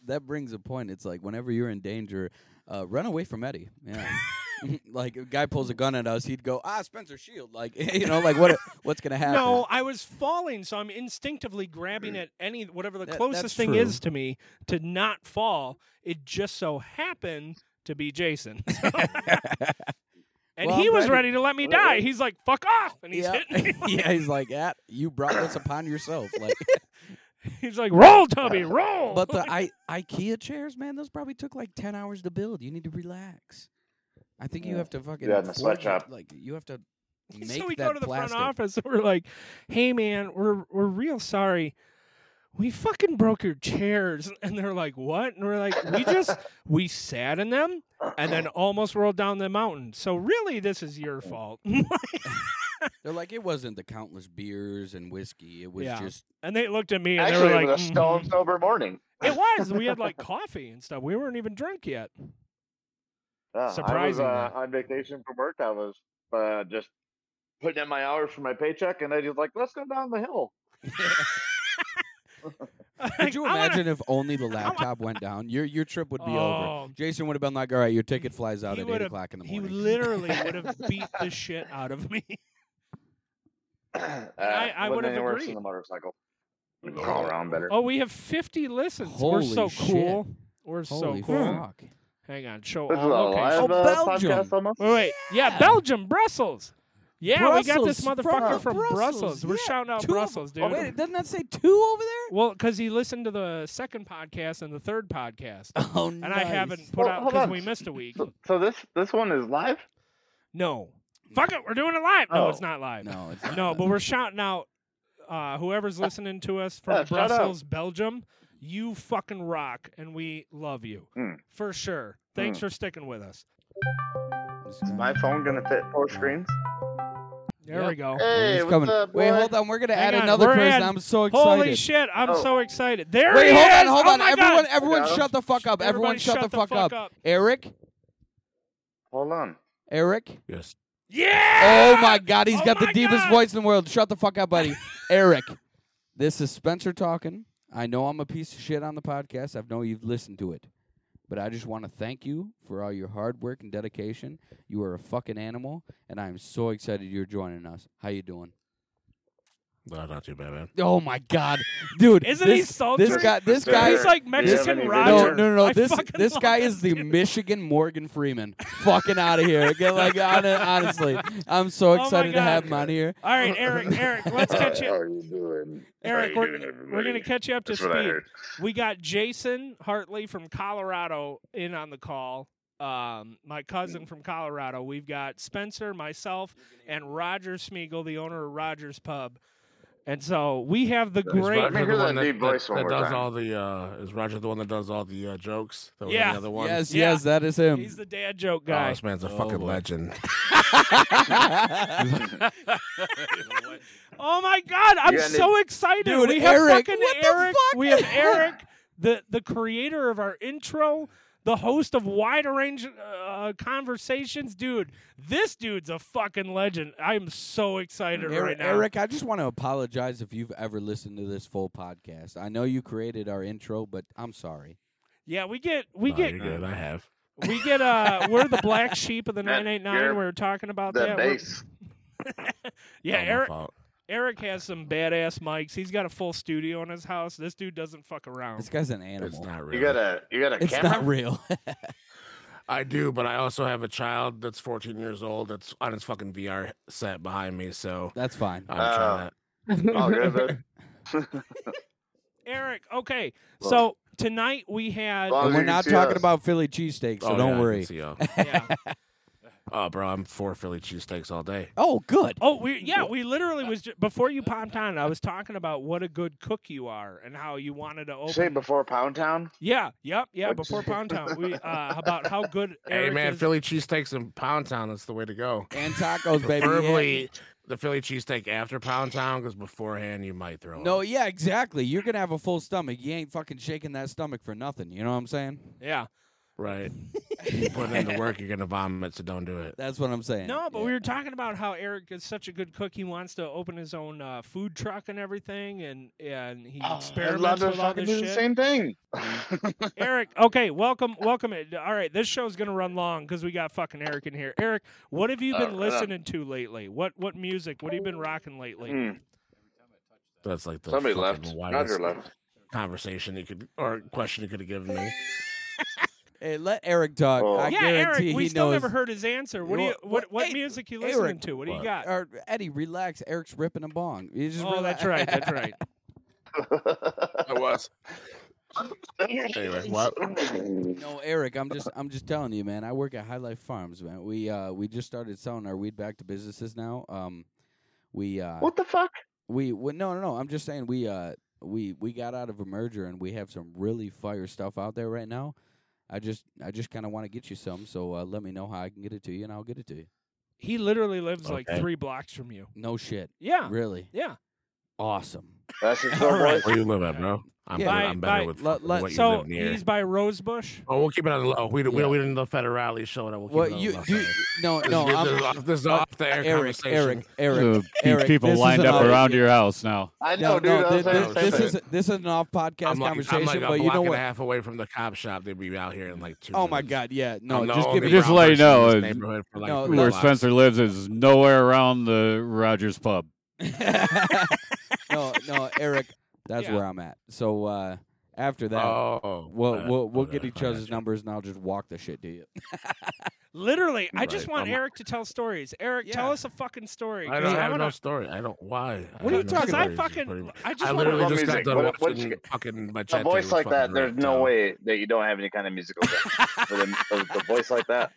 Speaker 4: that brings a point. It's like whenever you're in danger, uh, run away from Eddie. Yeah. like if a guy pulls a gun at us, he'd go, "Ah, Spencer Shield." Like, you know, like what what's going to happen?
Speaker 3: No, I was falling, so I'm instinctively grabbing at any whatever the
Speaker 4: That-
Speaker 3: closest
Speaker 4: that's
Speaker 3: thing
Speaker 4: true.
Speaker 3: is to me to not fall. It just so happened to be Jason. And
Speaker 4: Well,
Speaker 3: he
Speaker 4: I'm
Speaker 3: was
Speaker 4: glad you-
Speaker 3: ready to let me
Speaker 5: Well,
Speaker 3: die.
Speaker 5: it-
Speaker 3: He's like, "Fuck off!" And he's
Speaker 4: yeah.
Speaker 3: hitting me.
Speaker 4: yeah, he's like, "At you brought this upon yourself." Like,
Speaker 3: He's like, "Roll, Tubby, roll."
Speaker 4: but the I, IKEA chairs, man, those probably took like ten hours to build. You need to relax. I think you
Speaker 5: Yeah.
Speaker 4: have to fucking
Speaker 5: Yeah, in the
Speaker 4: forge it.
Speaker 5: sweatshop.
Speaker 4: Like, you have to make
Speaker 3: so we
Speaker 4: that
Speaker 3: go to the
Speaker 4: plastic.
Speaker 3: front office and we're like, "Hey, man, we're we're real sorry. We fucking broke your chairs." And they're like, "What?" And we're like, "We just we sat in them and then almost rolled down the mountain. So really, this is your fault."
Speaker 4: They're like, it wasn't the countless beers and whiskey. It was
Speaker 3: Yeah.
Speaker 4: just
Speaker 3: and they looked at me and
Speaker 5: Actually,
Speaker 3: they were
Speaker 5: it
Speaker 3: like,
Speaker 5: was a stone
Speaker 3: "Mhm."
Speaker 5: sober morning.
Speaker 3: "It was. We had like coffee and stuff. We weren't even drunk yet."
Speaker 5: Yeah,
Speaker 3: Surprising,
Speaker 5: Uh, I was
Speaker 3: though.
Speaker 5: uh, on vacation from work. I was uh, just putting in my hours for my paycheck, and I just like, let's go down the hill.
Speaker 4: Could you
Speaker 3: I wanna-
Speaker 4: imagine if only the laptop went down? Your your trip would be over.
Speaker 3: Oh,
Speaker 4: Jason would have been like, "All right, your ticket flies out
Speaker 3: He
Speaker 4: at eight
Speaker 3: would've-
Speaker 4: o'clock in the
Speaker 3: He
Speaker 4: morning."
Speaker 3: literally would have beat the shit out of me.
Speaker 5: Uh,
Speaker 3: I
Speaker 5: wasn't
Speaker 3: would've
Speaker 5: any worse
Speaker 3: agreed.
Speaker 5: than the motorcycle. All around better.
Speaker 3: Oh, we have 50 listens.
Speaker 4: Holy
Speaker 3: We're so
Speaker 4: shit.
Speaker 3: cool. We're
Speaker 4: Holy
Speaker 3: so cool.
Speaker 4: fuck!
Speaker 3: Hang on, show
Speaker 5: This is a
Speaker 3: all
Speaker 5: live
Speaker 3: locations.
Speaker 4: Oh,
Speaker 5: uh,
Speaker 4: Belgium.
Speaker 5: podcast almost.
Speaker 3: Wait, wait. Yeah,
Speaker 4: Yeah.
Speaker 3: Belgium, Brussels. Yeah, we got this
Speaker 4: Brussels,
Speaker 3: motherfucker
Speaker 4: fuck,
Speaker 3: from Brussels. We're
Speaker 4: yeah.
Speaker 3: shouting out
Speaker 4: Two of-
Speaker 3: Brussels, dude.
Speaker 4: Oh, wait, doesn't that say two over there?
Speaker 3: Well, because he listened to the second podcast and the third podcast,
Speaker 4: Oh,
Speaker 3: and I haven't put
Speaker 5: Well,
Speaker 3: out
Speaker 5: hold
Speaker 3: because
Speaker 5: on.
Speaker 3: we missed a week.
Speaker 5: So, so this this one is live.
Speaker 3: No, fuck it, we're doing it live. No,
Speaker 5: Oh.
Speaker 3: it's not live.
Speaker 4: No, it's not
Speaker 3: No,
Speaker 4: that.
Speaker 3: but we're shouting out uh, whoever's listening to us from
Speaker 5: Yeah, shout out.
Speaker 3: Brussels, Belgium. You fucking rock, and we love you
Speaker 5: Mm.
Speaker 3: for sure.
Speaker 5: Hmm.
Speaker 3: Thanks for sticking with us.
Speaker 5: Is my phone gonna fit four screens?
Speaker 3: There
Speaker 4: Yep.
Speaker 3: we go.
Speaker 4: He's
Speaker 5: Hey, what's
Speaker 4: coming.
Speaker 5: up, boy?
Speaker 4: Wait, hold on. We're gonna
Speaker 3: Hang
Speaker 4: add
Speaker 3: on,
Speaker 4: another
Speaker 3: we're
Speaker 4: person.
Speaker 3: adding-
Speaker 4: I'm so excited.
Speaker 3: Holy shit! I'm
Speaker 5: Oh.
Speaker 3: so excited. There
Speaker 4: Wait,
Speaker 3: he
Speaker 4: hold
Speaker 3: is!
Speaker 4: on, hold
Speaker 3: Oh
Speaker 4: on.
Speaker 3: my
Speaker 4: Everyone,
Speaker 3: God.
Speaker 4: everyone,
Speaker 5: Got him.
Speaker 4: shut the fuck up. Everyone,
Speaker 3: Everybody
Speaker 4: shut, the, fuck, up.
Speaker 3: up.
Speaker 4: Eric,
Speaker 5: Hold on.
Speaker 4: Eric.
Speaker 6: Yes.
Speaker 3: Yeah!
Speaker 4: Oh my God, he's
Speaker 3: Oh
Speaker 4: got the
Speaker 3: my
Speaker 4: deepest
Speaker 3: God.
Speaker 4: voice in the world. Shut the fuck up, buddy. Eric, this is Spencer talking. I know I'm a piece of shit on the podcast. I know you've listened to it, but I just want to thank you for all your hard work and dedication. You are a fucking animal, and I am so excited you're joining us. How you doing?
Speaker 6: No, not too bad, man.
Speaker 4: Oh my God, dude!
Speaker 3: Isn't
Speaker 4: this,
Speaker 3: he sultry?
Speaker 4: This guy, this guy,
Speaker 3: He's like
Speaker 5: Yeah,
Speaker 3: Mexican
Speaker 5: but
Speaker 4: No,
Speaker 5: he-
Speaker 4: no,
Speaker 3: Roger.
Speaker 4: no, no.
Speaker 3: I
Speaker 4: this
Speaker 3: fucking
Speaker 4: this
Speaker 3: love
Speaker 4: guy
Speaker 3: it,
Speaker 4: is the
Speaker 3: dude.
Speaker 4: Michigan Morgan Freeman. fucking out of here. Get like hon- honestly, I'm so
Speaker 3: Oh my
Speaker 4: excited to have
Speaker 3: God.
Speaker 4: him on here.
Speaker 3: All right, Eric, Eric, let's catch
Speaker 5: How
Speaker 3: you.
Speaker 5: are you doing?
Speaker 3: Eric,
Speaker 5: How you
Speaker 3: we're,
Speaker 5: doing, everybody?
Speaker 3: we're gonna catch you up to
Speaker 5: That's what I
Speaker 3: speed.
Speaker 5: heard.
Speaker 3: We got Jason Hartley from Colorado in on the call. Um, my cousin from Colorado. We've got Spencer, myself, and Roger Smeagol, the owner of Rogers Pub. And so we have the
Speaker 6: Is
Speaker 3: great.
Speaker 5: Let me
Speaker 6: Roger
Speaker 5: hear
Speaker 6: the
Speaker 5: that
Speaker 6: one
Speaker 5: deep voice
Speaker 6: that,
Speaker 5: one
Speaker 6: that
Speaker 5: more
Speaker 6: does
Speaker 5: time.
Speaker 6: all the. Uh, is Roger the one that does all the uh, jokes? That was
Speaker 3: Yeah.
Speaker 6: The other one.
Speaker 4: Yes,
Speaker 3: Yeah.
Speaker 4: yes, that is him.
Speaker 3: He's the dad joke
Speaker 6: Oh,
Speaker 3: guy.
Speaker 6: this man's a
Speaker 4: Oh,
Speaker 6: fucking
Speaker 4: boy.
Speaker 6: legend.
Speaker 3: Oh my god, I'm
Speaker 5: You got
Speaker 3: so excited.
Speaker 4: Dude,
Speaker 3: we have
Speaker 4: Eric,
Speaker 3: fucking
Speaker 4: what the
Speaker 3: Eric.
Speaker 4: fuck?
Speaker 3: We have Eric, the the creator of our intro, the host of wide range uh, conversations, dude. This dude's a fucking legend. I'm so excited right
Speaker 4: Eric,
Speaker 3: now.
Speaker 4: Eric, I just want to apologize if you've ever listened to this full podcast. I know you created our intro, but I'm sorry.
Speaker 3: Yeah, we get we
Speaker 6: No,
Speaker 3: get
Speaker 6: Oh, you're good. I have.
Speaker 3: we get uh we're the black sheep of the
Speaker 5: That-
Speaker 3: 989.
Speaker 5: you're-
Speaker 3: We were talking about that.
Speaker 5: That
Speaker 3: We're-
Speaker 5: bass.
Speaker 6: Oh,
Speaker 3: Yeah,
Speaker 6: my
Speaker 3: Eric
Speaker 6: fault.
Speaker 3: Eric has some badass mics. He's got a full studio in his house. This dude doesn't fuck around.
Speaker 4: This guy's an
Speaker 6: It's
Speaker 4: animal.
Speaker 6: not real.
Speaker 5: You got a you got a
Speaker 4: It's
Speaker 5: camera?
Speaker 4: not real.
Speaker 6: I do, but I also have a child that's 14 years old that's on his fucking VR set behind me. So
Speaker 4: That's fine.
Speaker 6: I'm
Speaker 5: Oh.
Speaker 6: trying to.
Speaker 5: Oh, good, bud.
Speaker 3: Eric, okay.
Speaker 5: Well-
Speaker 3: so tonight we had
Speaker 5: Well,
Speaker 4: And
Speaker 5: you
Speaker 4: we're
Speaker 5: can
Speaker 4: not
Speaker 5: see
Speaker 4: talking
Speaker 5: us.
Speaker 4: about Philly cheesesteak, so
Speaker 6: Oh, yeah, I
Speaker 4: don't
Speaker 6: can
Speaker 4: worry.
Speaker 6: see y'all.
Speaker 3: yeah.
Speaker 6: Oh, bro, I'm for Philly cheesesteaks all day.
Speaker 4: Oh, good.
Speaker 3: Oh, we yeah, we literally was ju- before you popped on. I was talking about what a good cook you are and how you wanted to open.
Speaker 5: Say before Pound Town.
Speaker 3: yeah, yep, yeah.
Speaker 5: What-
Speaker 3: Before Pound Town, we uh, about how good.
Speaker 6: Hey,
Speaker 3: Eric
Speaker 6: man,
Speaker 3: is.
Speaker 6: Philly cheesesteaks in Pound Town is the way to go.
Speaker 4: And tacos, baby.
Speaker 6: Preferably
Speaker 4: Yeah.
Speaker 6: the Philly cheesesteak after Pound Town because beforehand you might throw
Speaker 4: No,
Speaker 6: up.
Speaker 4: yeah, exactly. You're gonna have a full stomach. You ain't fucking shaking that stomach for nothing. You know what I'm saying?
Speaker 3: yeah.
Speaker 6: Right. you putting in the work, you're going to vomit, so don't do it.
Speaker 4: That's what I'm saying.
Speaker 3: No, but
Speaker 4: Yeah.
Speaker 3: we were talking about how Eric is such a good cook. He wants to open his own uh, food truck and everything, and and he
Speaker 5: I'd Oh, love
Speaker 3: experiments
Speaker 5: to
Speaker 3: with all
Speaker 5: fucking
Speaker 3: this
Speaker 5: do the
Speaker 3: shit.
Speaker 5: same thing.
Speaker 3: Eric, okay, welcome, welcome. It. All right, this show's gonna run long because we got fucking Eric in here. Eric, what have you
Speaker 6: Uh,
Speaker 5: Oh,
Speaker 3: been
Speaker 5: right on.
Speaker 3: listening to lately? What what music? What have you been rocking
Speaker 6: Mm,
Speaker 3: lately?
Speaker 5: Hmm,
Speaker 6: That's like the
Speaker 5: Somebody
Speaker 6: fucking
Speaker 5: left. Roger
Speaker 6: widest
Speaker 5: left.
Speaker 6: conversation you could, or question you could have given me.
Speaker 4: Hey, let Eric talk.
Speaker 5: Oh.
Speaker 4: I
Speaker 3: yeah, Eric,
Speaker 4: guarantee
Speaker 3: we
Speaker 4: he
Speaker 3: still
Speaker 4: knows.
Speaker 3: never heard his answer. What do you
Speaker 4: Well,
Speaker 3: what what
Speaker 4: hey,
Speaker 3: music you
Speaker 4: Eric,
Speaker 3: listening to? What do you
Speaker 6: what?
Speaker 3: got?
Speaker 4: Or, Eddie, relax. Eric's ripping a bong. You just
Speaker 3: Oh, that's right,
Speaker 4: relax.
Speaker 3: that's right.
Speaker 6: I was. Anyway, what?
Speaker 4: No, Eric, I'm just I'm just telling you, man. I work at High Life Farms, man. We uh we just started selling our weed back to businesses now. Um, we uh
Speaker 5: What the fuck?
Speaker 4: we, we no no no. I'm just saying we uh we we got out of a merger and we have some really fire stuff out there right now. I just I just kind of want to get you some, so uh, let me know how I can get it to you, and I'll get it to you.
Speaker 3: He literally lives like
Speaker 6: Okay.
Speaker 3: three blocks from you.
Speaker 4: No shit,
Speaker 6: Ah.
Speaker 3: Yeah,
Speaker 4: really
Speaker 3: yeah.
Speaker 4: awesome.
Speaker 5: That's just
Speaker 4: All
Speaker 5: so
Speaker 4: right.
Speaker 5: right.
Speaker 6: Where you live at, bro? I'm,
Speaker 4: Yeah.
Speaker 6: better-
Speaker 3: Bye,
Speaker 6: I'm
Speaker 3: bye.
Speaker 6: better with
Speaker 4: Let-
Speaker 6: fucking
Speaker 4: let-
Speaker 6: what you
Speaker 3: So
Speaker 6: live near.
Speaker 3: he's by Rosebush.
Speaker 6: Oh, we'll keep it on the low. We don't, we
Speaker 4: Yeah.
Speaker 6: don't, we don't need the Federale show. That we'll keep
Speaker 4: Well,
Speaker 6: it on the
Speaker 4: you
Speaker 6: low.
Speaker 4: do no no.
Speaker 6: this,
Speaker 4: I'm, uh,
Speaker 6: is off, this is off the air
Speaker 4: Eric,
Speaker 6: conversation.
Speaker 4: Eric, Eric, Eric.
Speaker 7: people
Speaker 4: this is
Speaker 7: lined
Speaker 4: an
Speaker 7: up
Speaker 4: off-
Speaker 7: around your house now.
Speaker 5: I know,
Speaker 4: No,
Speaker 5: dude. I
Speaker 4: no,
Speaker 5: was
Speaker 4: thi-
Speaker 5: saying
Speaker 4: thi-
Speaker 5: the
Speaker 4: this,
Speaker 5: same thing.
Speaker 4: is this is an off podcast
Speaker 6: I'm like,
Speaker 4: conversation,
Speaker 6: I'm like a
Speaker 4: but you
Speaker 6: block
Speaker 4: know
Speaker 6: and
Speaker 4: what?
Speaker 6: a half away from the cop shop. They'd be out here in like two.
Speaker 4: Oh my
Speaker 6: minutes.
Speaker 4: God, yeah, no,
Speaker 6: I'm the
Speaker 4: just give
Speaker 6: only
Speaker 4: me
Speaker 7: Just
Speaker 6: brown
Speaker 7: let you
Speaker 6: person in
Speaker 7: know,
Speaker 6: this
Speaker 7: uh,
Speaker 6: neighborhood for, like,
Speaker 4: no,
Speaker 6: three
Speaker 4: Where
Speaker 7: Where
Speaker 6: blocks.
Speaker 7: Spencer lives is nowhere around the Rogers Pub.
Speaker 4: no, no, Eric, that's
Speaker 3: Yeah.
Speaker 4: where I'm at. So uh, after that,
Speaker 6: Oh,
Speaker 4: we'll
Speaker 6: uh,
Speaker 4: we'll, we'll
Speaker 6: okay,
Speaker 4: get each
Speaker 6: I
Speaker 4: other's
Speaker 6: gotcha.
Speaker 4: numbers and I'll just walk the shit to you.
Speaker 3: Literally, I just
Speaker 6: Right,
Speaker 3: want
Speaker 6: I'm-
Speaker 3: Eric to tell stories. Eric, tell
Speaker 4: Yeah.
Speaker 3: us a fucking story.
Speaker 6: I
Speaker 3: 'cause
Speaker 6: don't
Speaker 3: I
Speaker 6: have
Speaker 3: wanna-
Speaker 6: no story. I don't. Why? I
Speaker 4: What are you
Speaker 6: have no
Speaker 4: talking
Speaker 3: Because
Speaker 4: about?
Speaker 3: I
Speaker 6: stories,
Speaker 3: fucking,
Speaker 6: pretty much.
Speaker 3: I just
Speaker 6: I
Speaker 3: wanna-
Speaker 6: literally
Speaker 5: What
Speaker 6: just got
Speaker 5: music?
Speaker 6: done
Speaker 5: What- what
Speaker 6: watching
Speaker 5: you-
Speaker 6: fucking my
Speaker 5: a voice like that, there's no
Speaker 6: way.
Speaker 5: way that you don't have any kind of musical gift with a, with a voice like that.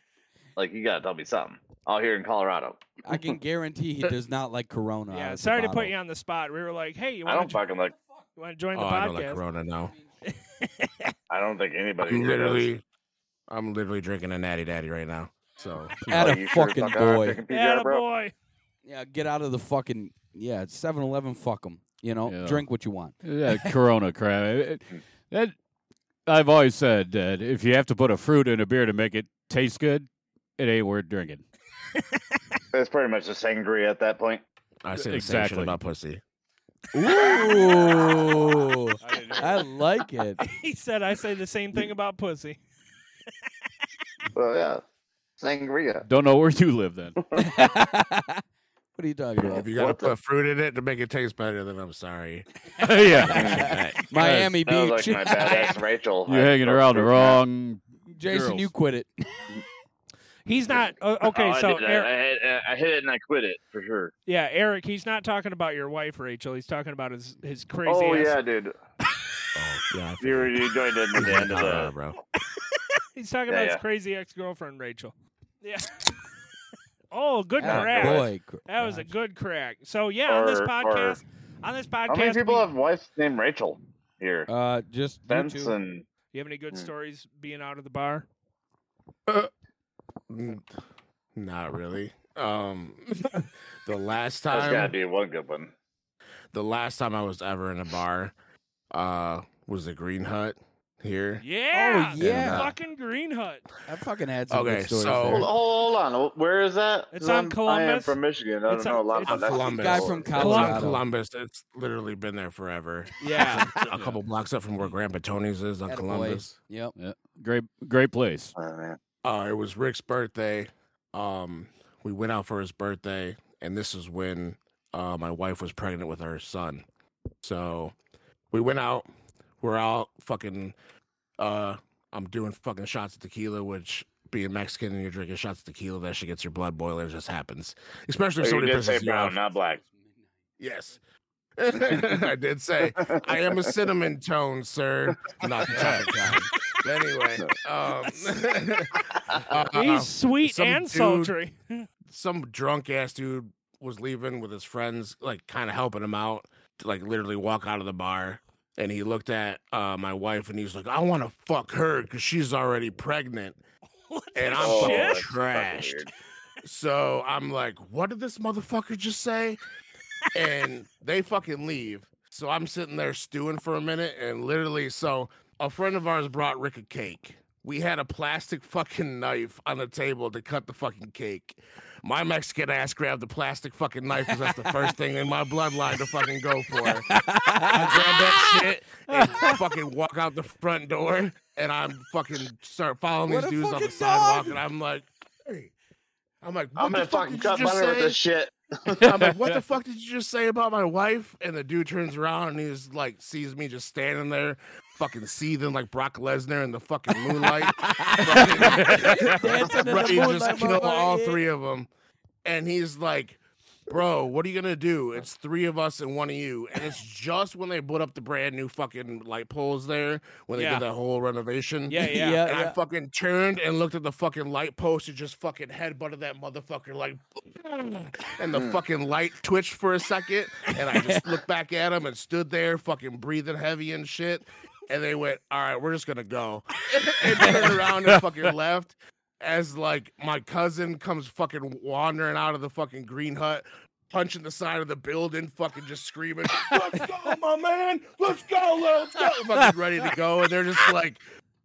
Speaker 5: Like you gotta tell me something. Out here in Colorado,
Speaker 4: I can guarantee he does not like Corona. out
Speaker 3: yeah.
Speaker 4: of Uh, the
Speaker 3: Sorry to put
Speaker 4: bottle.
Speaker 3: you on the spot. We were like, hey, you
Speaker 5: I
Speaker 3: want
Speaker 5: don't
Speaker 3: to
Speaker 5: fucking like.
Speaker 3: join the
Speaker 6: Oh, I don't like
Speaker 3: podcast?
Speaker 6: Corona now.
Speaker 5: Oh, I don't think anybody.
Speaker 6: I'm
Speaker 5: here does.
Speaker 6: literally, I'm literally drinking a natty daddy right now. So
Speaker 4: Atta
Speaker 5: Like, you sure as
Speaker 4: fucking
Speaker 5: fuck aren't
Speaker 4: boy.
Speaker 5: drinking PBR,
Speaker 3: Atta
Speaker 5: bro.
Speaker 3: boy.
Speaker 4: yeah, get out of the fucking yeah, it's 7-Eleven. Fuck them. You know,
Speaker 7: Yeah.
Speaker 4: drink what you want.
Speaker 7: Yeah, Corona crap. It- it- That I've always said that if you have to put a fruit in a beer to make it taste good, it ain't worth drinking.
Speaker 5: That's pretty much the sangria at that point.
Speaker 6: I say the same
Speaker 7: Exactly.
Speaker 6: shit about pussy.
Speaker 4: Ooh, I like it.
Speaker 3: he said, I say the same thing about pussy.
Speaker 5: Well, yeah, sangria.
Speaker 7: Don't know where you live then.
Speaker 4: what are you talking about?
Speaker 6: If you gotta
Speaker 5: what the-
Speaker 6: put fruit in it to make it taste better, then I'm sorry.
Speaker 7: yeah,
Speaker 4: Miami
Speaker 5: Sounds
Speaker 4: Beach.
Speaker 5: like my badass Rachel.
Speaker 7: you're hanging around the wrong.
Speaker 4: Jason,
Speaker 7: girls.
Speaker 4: you quit it.
Speaker 3: He's not o- okay.
Speaker 8: Oh, I
Speaker 3: so
Speaker 8: did that.
Speaker 3: Eric,
Speaker 8: I, had, I hit it and I quit it for sure.
Speaker 3: yeah, Eric, he's not talking about your wife, Rachel. He's talking about his his crazy.
Speaker 5: Oh
Speaker 3: ass.
Speaker 5: yeah, dude.
Speaker 6: Oh, yeah, I
Speaker 8: You were you joined in at the end of
Speaker 6: forgot,
Speaker 8: the.
Speaker 6: bro.
Speaker 3: He's talking
Speaker 5: Yeah,
Speaker 3: about
Speaker 5: yeah.
Speaker 3: his crazy ex girlfriend, Rachel. Yeah. oh, good
Speaker 4: Ah,
Speaker 3: crack.
Speaker 4: boy,
Speaker 3: That was a good crack. So yeah, on this
Speaker 5: Or- or-
Speaker 3: podcast, on this podcast,
Speaker 5: How many people
Speaker 3: we-
Speaker 5: have wives named Rachel here?
Speaker 4: uh, just you two.
Speaker 5: Benson.
Speaker 3: you have any good
Speaker 5: Hmm.
Speaker 3: stories being out of the bar?
Speaker 6: Mm, Not really. Um, the last
Speaker 5: There's gotta
Speaker 3: Um,
Speaker 6: time,
Speaker 5: be one good one.
Speaker 6: the last time I was ever in a bar, uh, was the Green Hut here.
Speaker 3: Yeah.
Speaker 4: Oh, yeah.
Speaker 3: Fucking Green Hut.
Speaker 4: I fucking had some
Speaker 6: Okay,
Speaker 4: good stories.
Speaker 6: so-
Speaker 4: there.
Speaker 5: Hold, hold on. Where is that?
Speaker 3: It's
Speaker 5: 'Cause
Speaker 3: on
Speaker 5: I'm- I am
Speaker 3: Columbus.
Speaker 5: from Michigan. I don't
Speaker 3: It's on-
Speaker 5: know a lot
Speaker 3: it's on
Speaker 5: about that.
Speaker 6: Columbus.
Speaker 4: guy from
Speaker 6: It's on
Speaker 4: Colorado.
Speaker 6: Columbus. It's literally been there forever.
Speaker 3: Yeah.
Speaker 6: a couple blocks up from where Grandpa Tony's is on
Speaker 4: Attaboy.
Speaker 6: Columbus.
Speaker 4: Yep.
Speaker 7: Great, great place.
Speaker 5: Oh, man.
Speaker 6: Uh, it was Rick's birthday. Um, we went out for his birthday, and this is when uh, my wife was pregnant with her son. So we went out. We're out fucking. Uh, I'm doing fucking shots of tequila, which being Mexican and you're drinking shots of tequila, that shit gets your blood boiling. It just happens, especially if
Speaker 5: So Oh, you
Speaker 6: somebody
Speaker 5: did say
Speaker 6: pisses you
Speaker 5: brown,
Speaker 6: off.
Speaker 5: not black.
Speaker 6: Yes, I did say I am a cinnamon tone, sir, not the chocolate kind. But anyway, um, uh,
Speaker 3: He's sweet
Speaker 6: some
Speaker 3: and
Speaker 6: dude-
Speaker 3: sultry.
Speaker 6: some drunk ass dude was leaving with his friends, like kind of helping him out to like literally walk out of the bar. And he looked at uh, my wife and he's like, I want to fuck her because she's already pregnant.
Speaker 3: What
Speaker 6: And
Speaker 3: the
Speaker 6: I'm
Speaker 5: Oh,
Speaker 6: fucking
Speaker 3: shit?
Speaker 5: that's fucking
Speaker 6: trashed.
Speaker 5: weird.
Speaker 6: So I'm like, what did this motherfucker just say? and they fucking leave. So I'm sitting there stewing for a minute and literally, so a friend of ours brought Rick a cake. We had a plastic fucking knife on the table to cut the fucking cake. My Mexican ass grabbed the plastic fucking knife because that's the first thing in my bloodline to fucking go for. I grab that shit and fucking walk out the front door and I'm fucking start following
Speaker 4: What
Speaker 6: these
Speaker 4: a
Speaker 6: dudes on the
Speaker 4: fucking
Speaker 6: sidewalk
Speaker 4: dog.
Speaker 6: and I'm like, hey. I'm like, what
Speaker 5: I'm
Speaker 6: the
Speaker 5: gonna
Speaker 6: fuck
Speaker 5: fucking
Speaker 6: did you
Speaker 5: cut
Speaker 6: just
Speaker 5: butter with
Speaker 6: say?
Speaker 5: this shit.
Speaker 6: I'm like, what the fuck did you just say about my wife? And the dude turns around and he's like, sees me just standing there, fucking seething like Brock Lesnar in the fucking moonlight.
Speaker 4: Dancing in the
Speaker 6: Ready to
Speaker 4: moonlight,
Speaker 6: just kill
Speaker 4: mama,
Speaker 6: all
Speaker 4: yeah.
Speaker 6: three of them. And he's like, bro, what are you gonna do? It's three of us and one of you. And it's just when they put up the brand new fucking light poles there when they
Speaker 3: Yeah.
Speaker 6: did that whole renovation.
Speaker 3: Yeah, yeah.
Speaker 4: Yeah.
Speaker 6: And I fucking turned and looked at the fucking light post and just fucking headbutted that motherfucker like, and the fucking light twitched for a second. And I just looked back at him and stood there, fucking breathing heavy and shit. And they went, all right, we're just gonna go, and turned around and fucking left. As like my cousin comes fucking wandering out of the fucking green hut, punching the side of the building, fucking just screaming, "Let's go, my man! Let's go, let's go!" Fucking ready to go, and they're just like,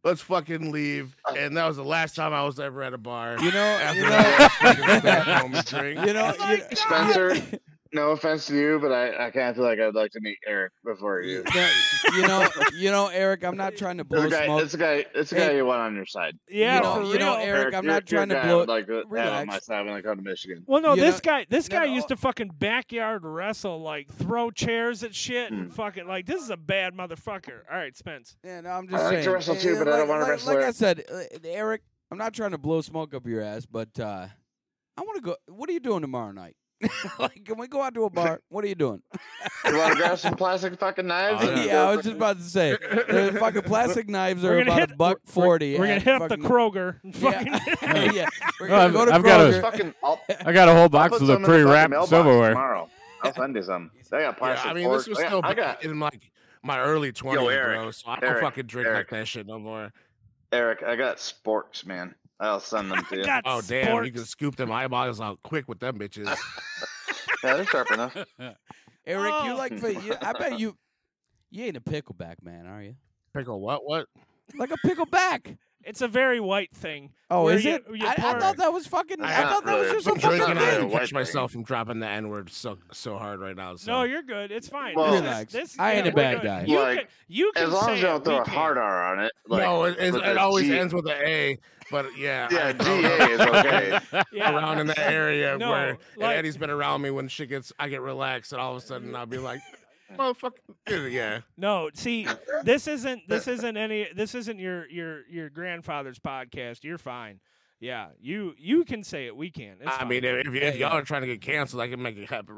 Speaker 6: "Let's fucking leave." And that was the last time I was ever at a bar.
Speaker 4: You know,
Speaker 6: After
Speaker 4: you know,
Speaker 6: that, I fucking stayed home and drink.
Speaker 4: you know, you
Speaker 5: Spencer, no offense to you, but I, I kind of feel like I'd like to meet Eric before you.
Speaker 4: that- you know, you know, Eric. I'm not trying to blow
Speaker 5: It's a guy.
Speaker 4: smoke.
Speaker 5: It's a guy. It's a
Speaker 4: Hey.
Speaker 5: guy you want on your side.
Speaker 3: Yeah,
Speaker 4: you know,
Speaker 3: for real.
Speaker 4: you know, Eric, I'm
Speaker 5: you're-
Speaker 4: not
Speaker 5: you're a
Speaker 4: trying to
Speaker 5: guy I
Speaker 4: blow-
Speaker 5: would Like to have on my
Speaker 4: relax.
Speaker 5: side when I come to Michigan.
Speaker 3: Well, no,
Speaker 4: You
Speaker 3: this
Speaker 4: know-
Speaker 3: guy, this
Speaker 4: no,
Speaker 3: guy
Speaker 4: no,
Speaker 3: used
Speaker 4: uh,
Speaker 3: to fucking backyard wrestle, like throw chairs at shit and
Speaker 5: Hmm.
Speaker 3: fucking like this is a bad motherfucker. All right, Spence.
Speaker 4: Yeah, no, I'm
Speaker 5: I
Speaker 4: just
Speaker 5: like to
Speaker 4: saying.
Speaker 5: wrestle too,
Speaker 4: Yeah,
Speaker 5: but I
Speaker 4: like-
Speaker 5: don't wanna
Speaker 4: like-
Speaker 5: wrestle
Speaker 4: Like
Speaker 5: her.
Speaker 4: I said, uh, Eric, I'm not trying to blow smoke up your ass, but uh, I want to go. What are you doing tomorrow night? like, can we go out to a bar? What are you doing?
Speaker 5: You want to grab some plastic fucking knives?
Speaker 6: Oh,
Speaker 4: yeah,
Speaker 5: and
Speaker 4: I
Speaker 5: go
Speaker 4: was
Speaker 5: for-
Speaker 4: just about to say. The fucking plastic knives are
Speaker 3: We're gonna
Speaker 4: about
Speaker 3: hit-
Speaker 4: a buck
Speaker 3: we're-
Speaker 4: 40
Speaker 3: We're gonna
Speaker 4: at
Speaker 3: hit up the
Speaker 4: fucking-
Speaker 3: Kroger. and Fucking
Speaker 4: Yeah, yeah. We're
Speaker 7: No,
Speaker 4: gonna
Speaker 7: I've-
Speaker 4: go to
Speaker 7: I've got a-
Speaker 4: Kroger.
Speaker 5: Fucking. I'll,
Speaker 7: I got a whole
Speaker 5: I'll
Speaker 7: box
Speaker 5: put
Speaker 7: of the
Speaker 5: some in fucking
Speaker 7: pre-wrapped
Speaker 5: mailbox
Speaker 7: silverware.
Speaker 5: Tomorrow, I'll send you some. They got
Speaker 6: Yeah,
Speaker 5: plastic.
Speaker 6: I mean, this was
Speaker 5: forks.
Speaker 6: still
Speaker 5: I got, I
Speaker 6: back
Speaker 5: got
Speaker 6: in like my early twenties,
Speaker 5: Eric,
Speaker 6: bro. So I don't
Speaker 5: Eric,
Speaker 6: fucking drink
Speaker 5: Eric.
Speaker 6: like that shit no more.
Speaker 5: Eric. I got sporks, man. I'll send them to you.
Speaker 3: God,
Speaker 6: Oh damn, you
Speaker 3: sports.
Speaker 6: can scoop them eyeballs out quick with them bitches.
Speaker 5: Yeah, they're sharp enough.
Speaker 4: Eric, you
Speaker 3: Oh.
Speaker 4: like? fa- You, I bet you. You ain't a pickleback man, are you?
Speaker 6: Pickle what? What?
Speaker 4: Like a pickleback.
Speaker 3: It's a very white thing.
Speaker 4: Oh,
Speaker 3: Where
Speaker 4: is
Speaker 3: you-
Speaker 4: it?
Speaker 3: you
Speaker 4: I, I
Speaker 3: pour-
Speaker 4: thought that was fucking. I,
Speaker 5: I-
Speaker 4: thought that was
Speaker 5: uh,
Speaker 4: just a
Speaker 5: I'm
Speaker 6: I'm
Speaker 5: drinking
Speaker 4: fucking
Speaker 6: drinking. I
Speaker 5: it.
Speaker 4: thing.
Speaker 6: don't catch
Speaker 5: White
Speaker 6: myself from dropping the N word so so hard right now. So.
Speaker 3: No, you're good. It's fine.
Speaker 5: Well-
Speaker 3: This is-
Speaker 4: Relax.
Speaker 3: this-
Speaker 4: I ain't
Speaker 3: yeah,
Speaker 4: a
Speaker 3: we're
Speaker 4: bad
Speaker 3: good.
Speaker 4: guy.
Speaker 3: You
Speaker 5: Like,
Speaker 3: can, you can
Speaker 5: As long
Speaker 3: say
Speaker 5: as you don't
Speaker 3: it,
Speaker 5: throw
Speaker 3: we
Speaker 5: a
Speaker 3: can't.
Speaker 5: hard R on it. Like,
Speaker 6: no, it, it,
Speaker 5: with
Speaker 6: it
Speaker 5: a
Speaker 6: always
Speaker 5: G-
Speaker 6: ends with an A, but yeah,
Speaker 5: Yeah,
Speaker 6: I-
Speaker 5: GA is okay.
Speaker 3: Yeah.
Speaker 6: around in that area
Speaker 3: No,
Speaker 6: where and
Speaker 3: like-
Speaker 6: Eddie's been around me when shit gets I get relaxed and all of a sudden I'll be like, motherfucker, yeah.
Speaker 3: No, see, this isn't this isn't any this isn't your your your grandfather's podcast. You're fine. Yeah, you you can say it. We can. It's
Speaker 6: I
Speaker 3: fine.
Speaker 6: mean, if, if, if y'all are trying to get canceled, I can make it happen.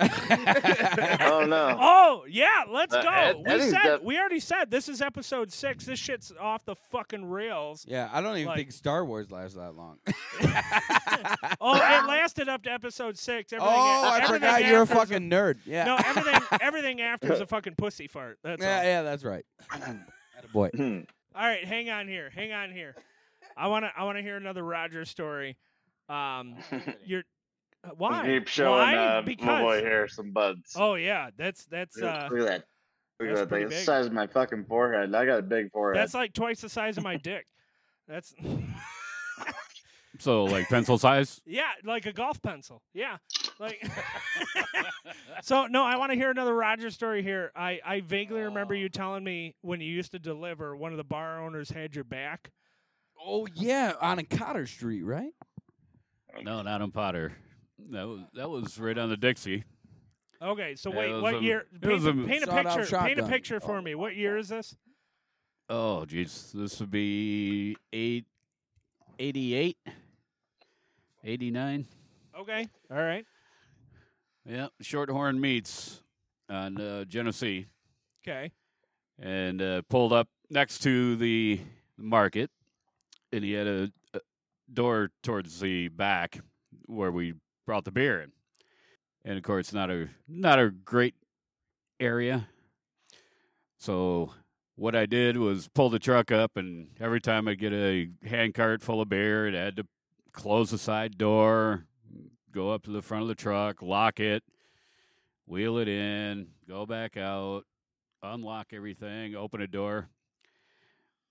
Speaker 5: Oh no.
Speaker 3: Oh yeah, let's
Speaker 5: Uh,
Speaker 3: go.
Speaker 5: Ed-
Speaker 3: we
Speaker 5: Eddie's
Speaker 3: said
Speaker 5: def-
Speaker 3: we already said this is episode six. This shit's off the fucking rails.
Speaker 4: Yeah, I don't even
Speaker 3: Like-
Speaker 4: think Star Wars lasts that long.
Speaker 3: Oh, it lasted up to episode six. Everything,
Speaker 4: oh, I
Speaker 3: everything
Speaker 4: forgot you're a
Speaker 3: after's
Speaker 4: fucking nerd. Yeah.
Speaker 3: no, everything everything after is a fucking pussy fart. That's
Speaker 4: yeah,
Speaker 3: all.
Speaker 4: yeah, that's right. Boy,
Speaker 5: Hmm.
Speaker 3: All right, hang on here. Hang on here. I want to I want to hear another Roger story. Um you're uh, why?
Speaker 8: Keep showing
Speaker 3: why?
Speaker 8: uh, my
Speaker 3: because
Speaker 8: boy here some buds.
Speaker 3: Oh yeah, that's that's uh
Speaker 5: look at that. Look at
Speaker 3: that's
Speaker 5: that
Speaker 3: pretty
Speaker 5: thing. It's the
Speaker 3: big.
Speaker 5: size of my fucking forehead. I got a big forehead.
Speaker 3: that's like twice the size of my dick. That's
Speaker 7: So like pencil size.
Speaker 3: yeah, like a golf pencil. Yeah. Like So no, I want to hear another Roger story here. I I vaguely remember
Speaker 7: Oh.
Speaker 3: you telling me when you used to deliver one of the bar owners had your back.
Speaker 4: oh yeah, on Cotter Street, right?
Speaker 7: No, not on Potter. That was that was right on the Dixie.
Speaker 3: Okay, so
Speaker 7: Yeah,
Speaker 3: wait,
Speaker 7: it was
Speaker 3: what
Speaker 7: a-
Speaker 3: year?
Speaker 7: it
Speaker 3: Paint,
Speaker 7: was
Speaker 3: a,
Speaker 7: a
Speaker 3: paint a
Speaker 4: sawed-off
Speaker 3: picture. Paint a
Speaker 4: shotgun.
Speaker 3: picture for me. What year is this?
Speaker 7: Oh, jeez, this would be eight, 88, 89.
Speaker 3: Okay, all right.
Speaker 7: Yep, Shorthorn Meats on uh, Genesee,
Speaker 3: Okay.
Speaker 7: and uh, pulled up next to the market, and he had a, a door towards the back where we brought the beer in, and of course not a not a great area. So what I did was pull the truck up, and every time I get a handcart full of beer, it had to close the side door, go up to the front of the truck, lock it, wheel it in, go back out, unlock everything, open a door.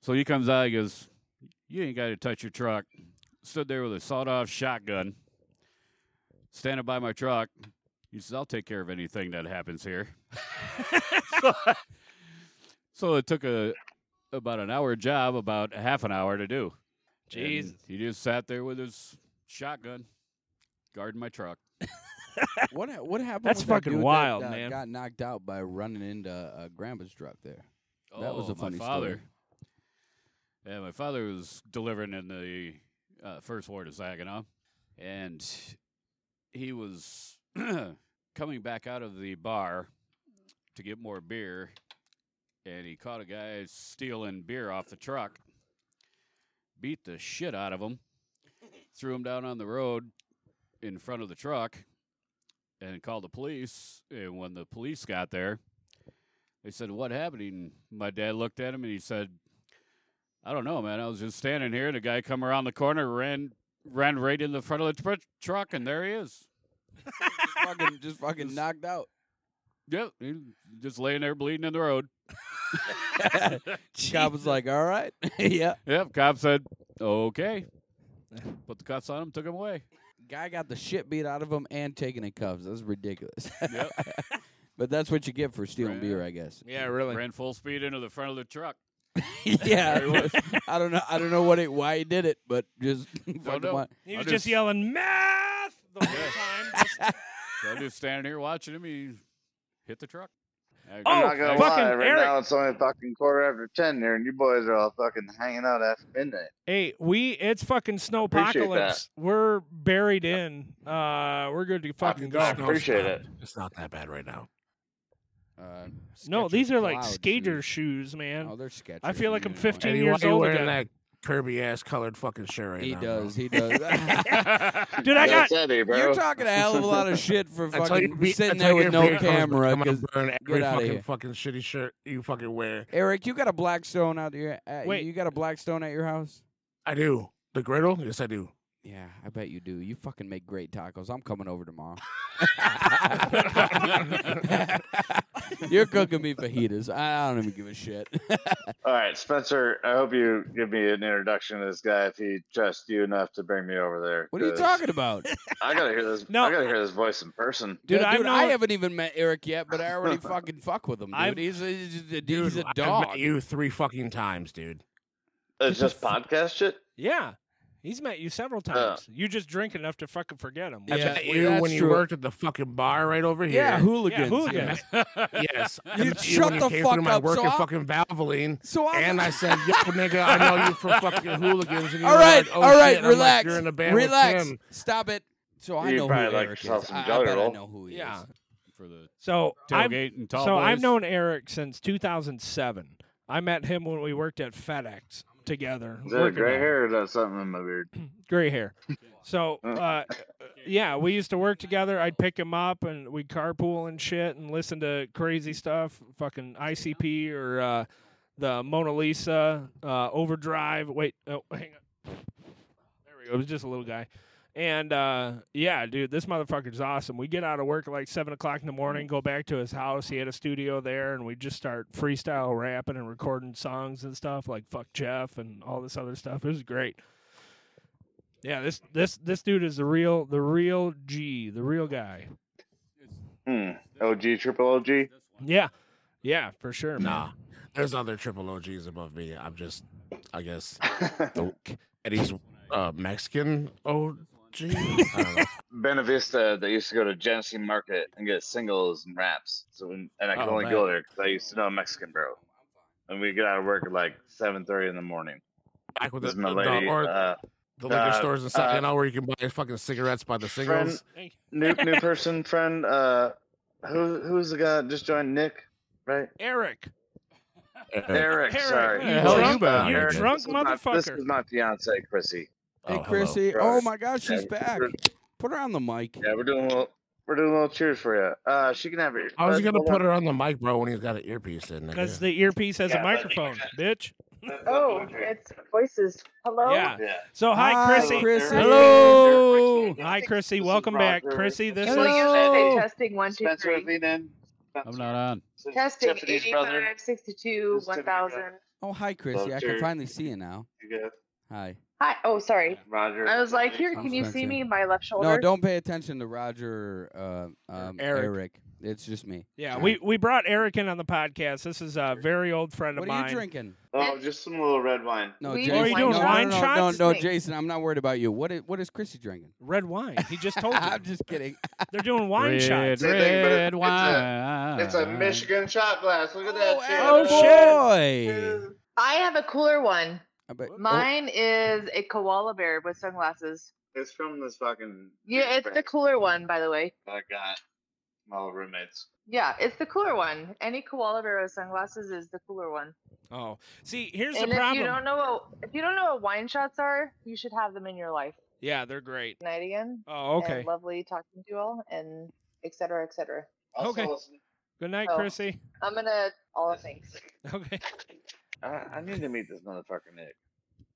Speaker 7: So he comes out, he goes, You ain't got to touch your truck. Stood there with a sawed off shotgun, standing by my truck. He says, I'll take care of anything that happens here. so, so it took a about an hour job, about a half an hour to do. And
Speaker 3: Jesus.
Speaker 7: He just sat there with his shotgun, guarding my truck.
Speaker 4: What ha- what happened?
Speaker 3: That's
Speaker 4: with that
Speaker 3: fucking
Speaker 4: dude
Speaker 3: wild,
Speaker 4: that, uh,
Speaker 3: man.
Speaker 4: Got knocked out by running into uh, Grandpa's truck there. That was
Speaker 7: Oh,
Speaker 4: a funny
Speaker 7: my father.
Speaker 4: story.
Speaker 7: Yeah, my father was delivering in the uh, first ward of Saginaw, and he was coming back out of the bar to get more beer, and he caught a guy stealing beer off the truck, beat the shit out of him, threw him down on the road in front of the truck, and called the police. And when the police got there, they said, What happened? And my dad looked at him and he said, I don't know, man. I was just standing here and a guy come around the corner, ran ran right in the front of the tr- truck, and there he is.
Speaker 4: Just fucking, just fucking knocked out.
Speaker 7: Yep, he just laying there bleeding in the road.
Speaker 4: Cop was like, "All right, yeah."
Speaker 7: Yep, cop said, Okay. Put the cuffs on him, took him away.
Speaker 4: Guy got the shit beat out of him and taken in cuffs. That's ridiculous.
Speaker 7: Yep.
Speaker 4: but that's what you get for stealing
Speaker 7: Right.
Speaker 4: beer, I guess.
Speaker 3: Yeah, really.
Speaker 7: Ran full speed into the front of the truck.
Speaker 4: yeah, it was- I don't know. I don't know what it, why he did it, but just fucking
Speaker 7: know.
Speaker 4: why-
Speaker 3: He
Speaker 7: I
Speaker 3: was just
Speaker 7: just-
Speaker 3: yelling math the whole time. Just-
Speaker 7: So I'm just standing here watching him. He hit the truck. I-
Speaker 3: Oh,
Speaker 5: I'm not gonna
Speaker 7: I-
Speaker 3: fuck.
Speaker 5: lie.
Speaker 3: fucking
Speaker 5: Right
Speaker 3: Eric-
Speaker 5: now it's only fucking quarter after ten there, and you boys are all fucking hanging out after midnight.
Speaker 3: hey, we it's fucking
Speaker 5: Appreciate
Speaker 3: snowpocalypse. We're buried in. Uh, we're good to fucking
Speaker 5: I
Speaker 3: go.
Speaker 5: snow. appreciate it.
Speaker 6: It's not that bad right now.
Speaker 4: Uh,
Speaker 3: No,
Speaker 4: Skechers
Speaker 3: these are like
Speaker 4: cloud
Speaker 3: skater
Speaker 4: shoes.
Speaker 3: shoes,
Speaker 4: Oh,
Speaker 3: man.
Speaker 4: they're sketchy.
Speaker 3: I feel like I'm 15
Speaker 6: Eddie, why
Speaker 3: years
Speaker 6: you
Speaker 3: old
Speaker 6: wearing
Speaker 3: again.
Speaker 6: that Kirby ass colored fucking shirt right
Speaker 4: He
Speaker 6: now?
Speaker 4: does. He does.
Speaker 3: Dude, I got
Speaker 5: That's Eddie, bro.
Speaker 4: You're talking a hell of a lot of shit for
Speaker 6: Until you
Speaker 4: fucking
Speaker 6: beat,
Speaker 4: sitting
Speaker 6: until
Speaker 4: there
Speaker 6: your
Speaker 4: with no
Speaker 6: beer comes,
Speaker 4: camera.
Speaker 6: I'm gonna
Speaker 4: 'cause-
Speaker 6: burn every
Speaker 4: outta
Speaker 6: fucking
Speaker 4: here.
Speaker 6: fucking shitty shirt you fucking wear.
Speaker 4: Eric, you got a Blackstone out uh, there. At,
Speaker 3: Wait.
Speaker 4: you got a Blackstone at your house?
Speaker 6: I do. The griddle? Yes, I do.
Speaker 4: Yeah, I bet you do. You fucking make great tacos. I'm coming over tomorrow. You're cooking me fajitas. I don't even give a shit.
Speaker 5: All right, Spencer. I hope you give me an introduction to this guy if he trusts you enough to bring me over there.
Speaker 4: what are you
Speaker 5: 'cause
Speaker 4: talking about?
Speaker 5: I gotta hear this.
Speaker 3: No.
Speaker 5: I gotta hear this voice in person.
Speaker 3: Dude,
Speaker 4: Yeah,
Speaker 3: I
Speaker 4: dude,
Speaker 3: know-
Speaker 4: I haven't even met Eric yet, but I already fucking fuck with him, dude.
Speaker 3: I've-
Speaker 4: he's, a, he's, a,
Speaker 6: Dude,
Speaker 4: he's a
Speaker 6: I've
Speaker 4: dog.
Speaker 6: met you three fucking times, dude.
Speaker 5: It's just podcast shit.
Speaker 3: Yeah. He's met you several times. you just drink enough to fucking forget him.
Speaker 4: Yeah,
Speaker 6: Met you
Speaker 4: that's
Speaker 6: when you
Speaker 4: true.
Speaker 6: worked at the fucking bar right over here.
Speaker 4: Yeah, hooligans.
Speaker 3: hooligans.
Speaker 6: yes. I
Speaker 4: You
Speaker 6: met
Speaker 4: shut
Speaker 6: when you
Speaker 4: the
Speaker 6: came
Speaker 4: fuck
Speaker 6: through my
Speaker 4: up,
Speaker 6: work
Speaker 4: so
Speaker 6: at
Speaker 4: I-
Speaker 6: fucking Valvoline.
Speaker 4: So I'm
Speaker 6: And I said, "Yo, nigga, I know you from fucking hooligans." And you
Speaker 4: all
Speaker 6: were
Speaker 4: right,
Speaker 6: like, oh,
Speaker 4: all right,
Speaker 6: shit. I'm like,
Speaker 4: relax,
Speaker 6: You're in a band with
Speaker 4: relax,
Speaker 6: him."
Speaker 4: stop it. So I
Speaker 5: You
Speaker 4: know who
Speaker 5: probably like
Speaker 4: Eric is.
Speaker 5: yourself some
Speaker 4: I, I bet I
Speaker 5: guttural.
Speaker 4: know who he
Speaker 3: Yeah.
Speaker 4: is.
Speaker 6: Oh,
Speaker 7: for the
Speaker 3: So I've,
Speaker 7: tailgate and tall
Speaker 3: so I've
Speaker 7: boys.
Speaker 3: known Eric since 2007. I met him when we worked at FedEx together.
Speaker 5: Is that
Speaker 3: working
Speaker 5: gray
Speaker 3: at-
Speaker 5: hair or is that something in my beard?
Speaker 3: Gray hair. So, uh, yeah, we used to work together. I'd pick him up and we'd carpool and shit and listen to crazy stuff, fucking ICP or uh, the Mona Lisa, uh, Overdrive. Wait, oh, hang on. There we go. It was just a little guy. And uh, yeah, dude, this motherfucker's awesome. We get out of work at like seven o'clock in the morning, go back to his house. He had a studio there, and we just start freestyle rapping and recording songs and stuff like "Fuck Jeff" and all this other stuff. It was great. Yeah, this this this dude is the real the real G, the real guy.
Speaker 5: Hmm. OG triple OG.
Speaker 3: Yeah, yeah, for sure. man.
Speaker 6: Nah, there's other triple OGs above me. I'm just, I guess, the, Eddie's uh, Mexican OG. I don't know.
Speaker 5: Buena Vista that used to go to Genesee Market and get singles and wraps. So when, and I could
Speaker 6: Oh,
Speaker 5: only
Speaker 6: man.
Speaker 5: go there because I used to know a Mexican bro. And we get out of work at like seven thirty in the morning.
Speaker 6: Back with
Speaker 5: This
Speaker 6: the,
Speaker 5: is my
Speaker 6: the,
Speaker 5: lady,
Speaker 6: or
Speaker 5: uh,
Speaker 6: the liquor
Speaker 5: uh,
Speaker 6: stores in Sacramento where you can buy fucking cigarettes by the
Speaker 5: friend,
Speaker 6: singles.
Speaker 3: Thank you.
Speaker 5: new new person friend. Uh, who who's the guy that just joined? Nick, right?
Speaker 3: Eric,
Speaker 5: uh, Eric.
Speaker 3: Eric,
Speaker 5: sorry,
Speaker 7: you Hell, drunk- you
Speaker 5: Uh,
Speaker 7: you
Speaker 5: Eric,
Speaker 3: drunk
Speaker 5: this is my- this
Speaker 3: motherfucker.
Speaker 5: is my fiance, Chrissy.
Speaker 6: Oh,
Speaker 4: Hey,
Speaker 6: hello.
Speaker 4: Chrissy.
Speaker 5: Right.
Speaker 4: Oh my gosh, she's
Speaker 5: Yeah,
Speaker 4: back.
Speaker 5: we're-
Speaker 4: Put her on the mic.
Speaker 5: Yeah, we're doing a little. We're doing a little cheers for you. Uh, she can have it.
Speaker 6: I was gonna put her on the mic, bro, when he's got an earpiece in.
Speaker 3: because
Speaker 6: Nigga.
Speaker 3: the earpiece has
Speaker 5: Yeah,
Speaker 3: a
Speaker 5: but-
Speaker 3: microphone, bitch.
Speaker 9: Oh, it's voices. Hello?
Speaker 3: Yeah.
Speaker 5: Yeah.
Speaker 3: So hi,
Speaker 4: Hi,
Speaker 3: Chrissy.
Speaker 4: Chrissy.
Speaker 3: Hello.
Speaker 5: Chrissy.
Speaker 3: Hi, Chrissy.
Speaker 5: This is
Speaker 3: Welcome back,
Speaker 5: Roger.
Speaker 3: Chrissy. This
Speaker 9: Hello.
Speaker 3: is
Speaker 9: Say testing one, two,
Speaker 5: Spencer,
Speaker 9: three.
Speaker 5: lean in.
Speaker 7: I'm not on.
Speaker 5: Spencer,
Speaker 9: Testing
Speaker 5: Tiffany's brother.
Speaker 9: 85, 62,
Speaker 5: This is Tiffany's
Speaker 9: 1000.
Speaker 5: brother.
Speaker 4: Oh hi, Chrissy. I can
Speaker 5: Roger.
Speaker 4: finally see you now.
Speaker 5: You good?
Speaker 4: Hi.
Speaker 9: Hi. Oh, sorry.
Speaker 5: Roger.
Speaker 9: I was like, here, can you
Speaker 4: Spencer.
Speaker 9: see me? My left
Speaker 4: No,
Speaker 9: shoulder.
Speaker 4: don't pay attention to Roger. Uh, um,
Speaker 6: Eric.
Speaker 4: Eric. It's just me.
Speaker 3: yeah. We we brought Eric in on the podcast. This is a very old friend of
Speaker 4: What
Speaker 3: mine.
Speaker 4: are you drinking?
Speaker 5: Oh, just some little red wine.
Speaker 4: No,
Speaker 9: We
Speaker 4: Jason.
Speaker 9: just
Speaker 3: Are you
Speaker 4: no,
Speaker 3: doing
Speaker 4: no,
Speaker 3: wine
Speaker 4: no, no,
Speaker 3: shots?
Speaker 4: No, no, Jason. I'm not worried about you. What is what is Chrissy drinking?
Speaker 3: Red wine. He just told you.
Speaker 4: I'm just kidding.
Speaker 3: They're doing wine
Speaker 7: red,
Speaker 3: shots.
Speaker 5: Same thing, but
Speaker 7: red
Speaker 5: it's a-
Speaker 7: wine.
Speaker 5: It's a Michigan shot glass. Look at
Speaker 4: Oh,
Speaker 5: that.
Speaker 3: Oh,
Speaker 5: shit.
Speaker 4: boy.
Speaker 9: I have a cooler one.
Speaker 4: I bet- oh,
Speaker 9: Mine is a koala bear with sunglasses.
Speaker 5: It's from this fucking.
Speaker 9: Yeah, it's the cooler one, by the way.
Speaker 5: I got my old roommates.
Speaker 9: Yeah, it's the cooler one. Any koala bear with sunglasses is the cooler one.
Speaker 3: Oh, see, here's
Speaker 9: and
Speaker 3: the
Speaker 9: if
Speaker 3: problem.
Speaker 9: you don't know what if you don't know what wine shots are, you should have them in your life.
Speaker 3: yeah, they're great.
Speaker 9: Night again.
Speaker 3: Oh, okay.
Speaker 9: And lovely talking to you all, and et cetera, et cetera.
Speaker 5: Also,
Speaker 3: Okay. Good night,
Speaker 9: Oh.
Speaker 3: Chrissy.
Speaker 9: I'm gonna all thanks.
Speaker 3: Okay,
Speaker 5: I, I need to meet this motherfucker, Nick.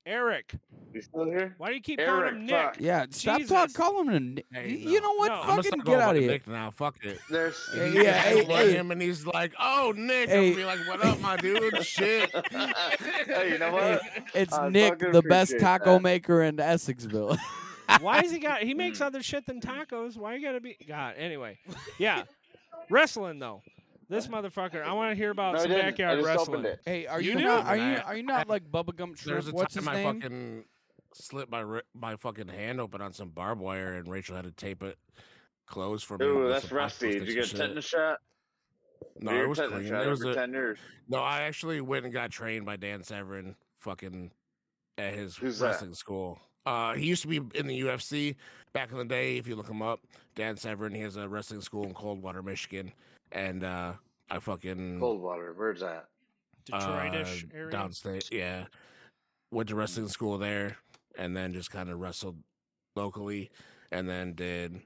Speaker 3: Eric.
Speaker 5: You still here?
Speaker 3: Why do you keep
Speaker 5: Eric,
Speaker 3: calling him Nick?
Speaker 5: fuck.
Speaker 4: Oh, Yeah, stop
Speaker 3: Jesus.
Speaker 4: talking. Call him. A, n-
Speaker 6: Hey,
Speaker 4: you-
Speaker 6: no.
Speaker 4: you know what?
Speaker 3: No, I'm
Speaker 6: I'm gonna
Speaker 4: Fucking get
Speaker 6: start going
Speaker 4: out
Speaker 6: by
Speaker 4: of here.
Speaker 6: Nick now, fuck it.
Speaker 5: There's.
Speaker 4: Yeah,
Speaker 6: He-
Speaker 4: yeah,
Speaker 6: I
Speaker 4: hey,
Speaker 6: love
Speaker 4: hey.
Speaker 6: him, and he's like, "Oh, Nick,"
Speaker 4: Hey.
Speaker 6: and be like, "What up, my dude? Shit."
Speaker 5: hey, you know what?
Speaker 4: It's
Speaker 5: I
Speaker 4: Nick,
Speaker 5: fucking
Speaker 4: the best
Speaker 5: appreciate
Speaker 4: taco
Speaker 5: that.
Speaker 4: maker in Essexville.
Speaker 3: Why is he got? He makes other shit than tacos. Why you gotta be? God. Anyway, yeah. wrestling though. This motherfucker. I want to hear about
Speaker 5: No, I
Speaker 3: some
Speaker 5: didn't. I
Speaker 3: backyard
Speaker 5: just
Speaker 3: wrestling.
Speaker 5: opened it.
Speaker 4: hey, are
Speaker 6: You
Speaker 4: you,
Speaker 6: do,
Speaker 4: not, are
Speaker 6: man.
Speaker 4: you are you not like bubblegum shrimp?
Speaker 6: There's a
Speaker 4: What's his
Speaker 6: time I
Speaker 4: name?
Speaker 6: fucking slipped my ri- my fucking hand open on some barbed wire, and Rachel had to tape it closed for me.
Speaker 5: Ooh,
Speaker 6: with
Speaker 5: that's
Speaker 6: some hospital
Speaker 5: rusty. Did you
Speaker 6: sticks
Speaker 5: get a
Speaker 6: and
Speaker 5: tetanus
Speaker 6: shit.
Speaker 5: shot?
Speaker 6: No,
Speaker 5: You're
Speaker 6: it was
Speaker 5: tetanus
Speaker 6: clean.
Speaker 5: shot
Speaker 6: It was
Speaker 5: every
Speaker 6: a,
Speaker 5: 10 years.
Speaker 6: no, I actually went and got trained by Dan Severin, fucking at his
Speaker 5: Who's that?
Speaker 6: wrestling school. Uh, he used to be in the UFC back in the day. If you look him up, Dan Severin, he has a wrestling school in Coldwater, Michigan, and uh, I fucking
Speaker 5: Cold water. Where's that?
Speaker 3: Detroitish
Speaker 6: uh,
Speaker 3: area. Mm.
Speaker 6: downstate. Yeah, went to wrestling school there, and then just kind of wrestled locally, and then did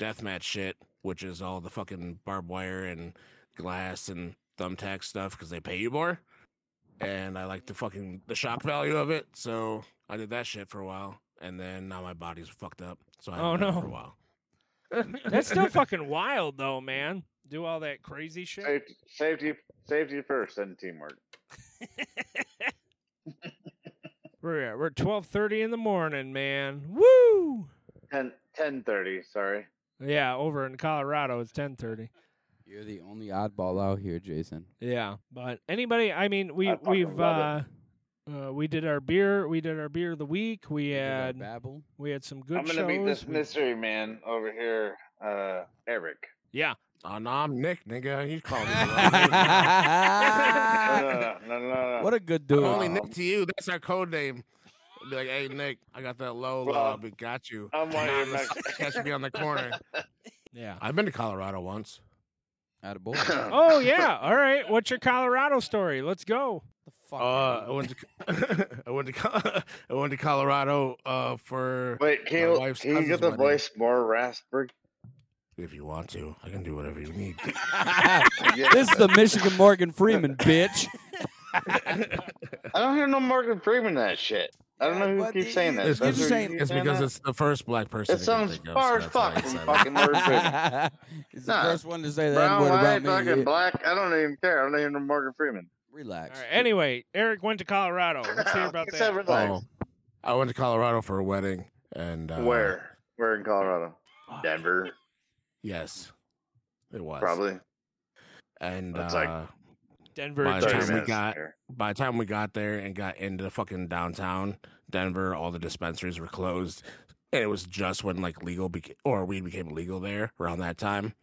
Speaker 6: deathmatch shit, which is all the fucking barbed wire and glass and thumbtack stuff because they pay you more. And I like the fucking the shock value of it, so I did that shit for a while, and then now my body's fucked up, so I
Speaker 3: Oh,
Speaker 6: haven't done it
Speaker 3: no.
Speaker 6: for a while.
Speaker 3: That's still fucking wild, though, man. Do all that crazy shit.
Speaker 5: Safety, safety, safety first, and teamwork.
Speaker 3: We're at, we're twelve thirty in the morning, man. Woo!
Speaker 5: 10, 1030, Sorry.
Speaker 3: Yeah, over in Colorado, it's ten thirty.
Speaker 4: You're the only oddball out here, Jason.
Speaker 3: Yeah, but anybody, I mean, we
Speaker 5: I fucking
Speaker 3: we've uh,
Speaker 5: love
Speaker 3: uh, we did our beer, we did our beer of the week. We
Speaker 4: Did I
Speaker 3: had
Speaker 4: babble.
Speaker 3: we had some good
Speaker 5: I'm gonna meet
Speaker 3: shows.
Speaker 5: this
Speaker 3: We-
Speaker 5: mystery man over here, uh, Eric.
Speaker 3: yeah,
Speaker 6: Oh no, I'm Nick, nigga. You calling me? the wrong name.
Speaker 5: No,
Speaker 4: what
Speaker 5: no, no, no, no, no.
Speaker 4: a good
Speaker 6: I'm
Speaker 4: dude.
Speaker 6: only
Speaker 5: Um,
Speaker 6: Nick to you. That's our code name. I'll Be like, hey Nick, I got that low
Speaker 5: Well,
Speaker 6: low. We got you.
Speaker 5: I'm one of your
Speaker 6: Anonymous,
Speaker 5: Mex-
Speaker 6: Catch me on the corner.
Speaker 3: yeah.
Speaker 6: I've been to Colorado once.
Speaker 4: Atta boy.
Speaker 5: Uh,
Speaker 3: Oh yeah. All right. What's your Colorado story? Let's go.
Speaker 4: the fuck?
Speaker 6: Uh, I went to I went to Col- I went to Colorado uh, for
Speaker 5: Wait, can
Speaker 6: My
Speaker 5: you,
Speaker 6: wife's
Speaker 5: can you get
Speaker 6: cousin's
Speaker 5: the
Speaker 6: wedding.
Speaker 5: voice more raspy?
Speaker 6: if you want to. I can do whatever you need.
Speaker 5: Yeah.
Speaker 4: this is the Michigan Morgan Freeman, bitch.
Speaker 5: I don't hear no Morgan Freeman that shit. I don't
Speaker 4: Yeah,
Speaker 5: know who
Speaker 4: but
Speaker 5: keeps
Speaker 4: it-
Speaker 5: saying that.
Speaker 4: it's
Speaker 5: Spencer,
Speaker 4: just
Speaker 5: you
Speaker 4: saying-
Speaker 5: keep
Speaker 6: It's
Speaker 5: saying
Speaker 6: because
Speaker 5: that?
Speaker 6: it's the first black person.
Speaker 5: It sounds far as fuck from fucking Morgan Freeman.
Speaker 4: He's the
Speaker 5: Nah.
Speaker 4: first one to say that
Speaker 5: Brown,
Speaker 4: word
Speaker 5: white,
Speaker 4: about me.
Speaker 5: black, and black. I don't even care. I don't hear no Morgan Freeman.
Speaker 3: All
Speaker 4: Relax.
Speaker 3: right. Anyway, Eric went to Colorado.
Speaker 6: Oh,
Speaker 3: Let's hear about
Speaker 5: Except
Speaker 3: that.
Speaker 5: for those.
Speaker 6: I went to Colorado for a wedding, and uh,
Speaker 5: Where? Where in Colorado? Denver,
Speaker 6: Yes, it was
Speaker 5: probably.
Speaker 6: And
Speaker 5: It's
Speaker 6: uh,
Speaker 5: like
Speaker 3: Denver.
Speaker 6: By the
Speaker 3: Jason.
Speaker 6: time we
Speaker 5: minutes
Speaker 6: got-
Speaker 5: from here.
Speaker 6: by the time we got there and got into fucking downtown Denver, all the dispensaries were closed, and it was just when like legal beca- or weed became legal there around that time,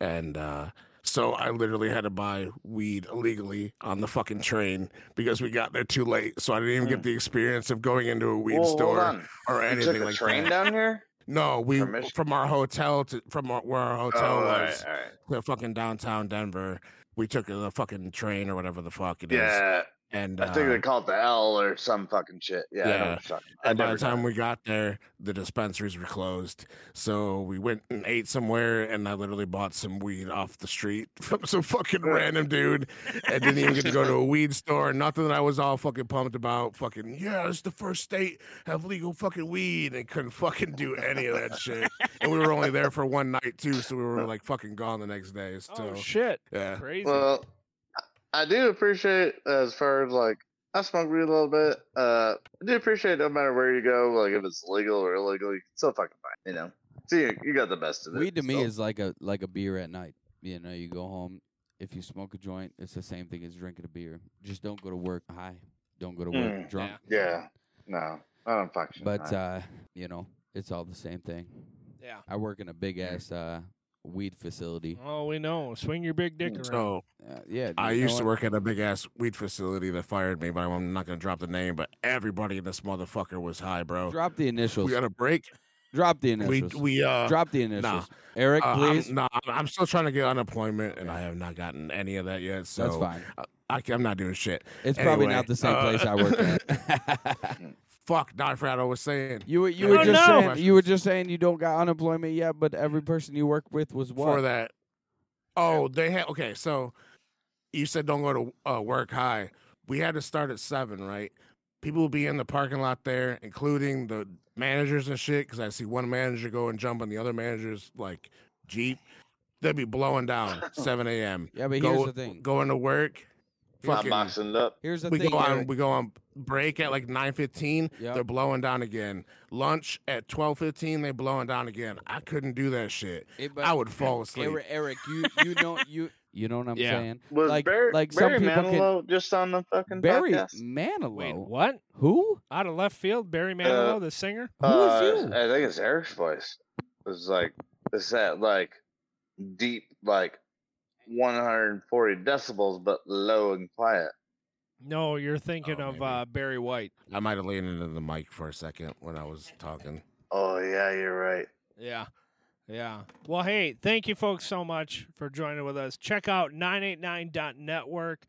Speaker 6: and uh, so I literally had to buy weed illegally on the fucking train because we got there too late, so I didn't even get the experience of going into a weed
Speaker 5: Hmm. Well,
Speaker 6: store
Speaker 5: Hold on.
Speaker 6: or
Speaker 5: You
Speaker 6: anything
Speaker 5: took a
Speaker 6: like
Speaker 5: train
Speaker 6: that.
Speaker 5: down here?
Speaker 6: No, we
Speaker 5: From Michigan?
Speaker 6: from our hotel to from our, where our hotel
Speaker 5: Oh, all
Speaker 6: was
Speaker 5: right, all right.
Speaker 6: to fucking downtown Denver. We took the fucking train or whatever the fuck it is.
Speaker 5: Yeah,
Speaker 6: and
Speaker 5: I think
Speaker 6: uh,
Speaker 4: Um,
Speaker 5: they call it the L or some fucking shit. Yeah, I know
Speaker 6: Yeah.
Speaker 5: what you're talking about. I
Speaker 6: And by the
Speaker 5: never
Speaker 6: time we got there, the dispensaries were closed. So we went and ate somewhere, and I literally bought some weed off the street from some fucking random dude. And didn't even get to go to a weed store. Nothing that I was all fucking pumped about. Fucking, yeah, this is the first state have legal fucking weed. And couldn't fucking do any of that shit. And we were only there for one night, too. So we were like fucking gone the next day. So,
Speaker 3: Oh shit!
Speaker 6: yeah.
Speaker 3: Crazy.
Speaker 5: Well, I I do appreciate as far as like I smoke weed a little bit. Uh, I do appreciate no matter where you go, like if it's legal or illegal, you can still fucking buy. It, you know, see, you, you got the best of it.
Speaker 4: Weed to me
Speaker 5: so.
Speaker 4: is like a like a beer at night. You know, you go home. If you smoke a joint, it's the same thing as drinking a beer. Just don't go to work high. Don't go to work
Speaker 5: Mm.
Speaker 4: drunk.
Speaker 5: yeah, no, I don't function.
Speaker 4: But
Speaker 5: high.
Speaker 4: uh, you know, it's all the same thing.
Speaker 3: Yeah.
Speaker 4: I work in a
Speaker 5: Hmm.
Speaker 4: big ass uh, weed facility.
Speaker 3: oh, we know. Swing your big dick around.
Speaker 6: So
Speaker 4: Uh, yeah,
Speaker 6: I
Speaker 4: you know
Speaker 6: used to
Speaker 4: what?
Speaker 6: work at a big ass weed facility that fired me, but I'm not going to drop the name. But everybody in this motherfucker was high, bro.
Speaker 4: Drop the initials.
Speaker 6: We got a break.
Speaker 4: Drop the
Speaker 6: We
Speaker 4: initials.
Speaker 6: we uh.
Speaker 4: Drop the initials.
Speaker 6: nah.
Speaker 4: Eric,
Speaker 6: uh,
Speaker 4: please.
Speaker 6: I'm, no, I'm- I'm still trying to get unemployment, and I have not gotten any of that yet. So
Speaker 4: That's fine.
Speaker 6: I, am not doing shit.
Speaker 4: It's probably
Speaker 6: anyway,
Speaker 4: not the same
Speaker 6: uh,
Speaker 4: place I work at.
Speaker 6: Fuck, now I forgot what I was saying.
Speaker 4: you were you
Speaker 6: Oh,
Speaker 4: were just
Speaker 3: no.
Speaker 4: saying you were just saying you don't got unemployment yet, but every person you work with was what?
Speaker 6: for that. Oh, they had okay. So you said don't go to uh, work high. We had to start at seven, right? People will be in the parking lot there, including the managers and shit. Because I see one manager go and jump on the other manager's like jeep. They'll be blowing down seven a.m.
Speaker 4: Yeah, but
Speaker 6: Go-
Speaker 4: here's the thing.
Speaker 6: Going to work.
Speaker 5: Not
Speaker 6: Fucking,
Speaker 5: boxing it up.
Speaker 4: here's the
Speaker 6: we
Speaker 4: thing.
Speaker 6: go on.
Speaker 4: Eric.
Speaker 6: We go on break at like nine fifteen.
Speaker 4: Yep.
Speaker 6: They're blowing down again. Lunch at twelve fifteen. They blowing down again. I couldn't do that shit.
Speaker 4: Hey, but
Speaker 6: I would fall asleep.
Speaker 4: Eric, Eric, you you don't you you know what I'm
Speaker 7: Yeah.
Speaker 4: saying?
Speaker 5: Was
Speaker 4: like
Speaker 5: Barry,
Speaker 4: like
Speaker 5: Barry
Speaker 4: some people
Speaker 5: Manilow just on the fucking
Speaker 4: can Barry
Speaker 5: podcast?
Speaker 4: Manilow.
Speaker 3: Wait, what?
Speaker 4: Who?
Speaker 3: Out of left field, Barry Manilow, the singer.
Speaker 4: Who
Speaker 5: uh,
Speaker 4: is you?
Speaker 5: I think it's Eric's voice. It's like it's that like deep like 140 decibels, but low and quiet.
Speaker 3: No, you're thinking
Speaker 6: Oh,
Speaker 3: of
Speaker 6: maybe.
Speaker 3: uh, Barry White.
Speaker 6: I might have leaned into the mic for a second when I was talking.
Speaker 5: Oh yeah, you're right.
Speaker 3: Yeah. Yeah. Well, hey, thank you folks so much for joining with us. Check out 989.network.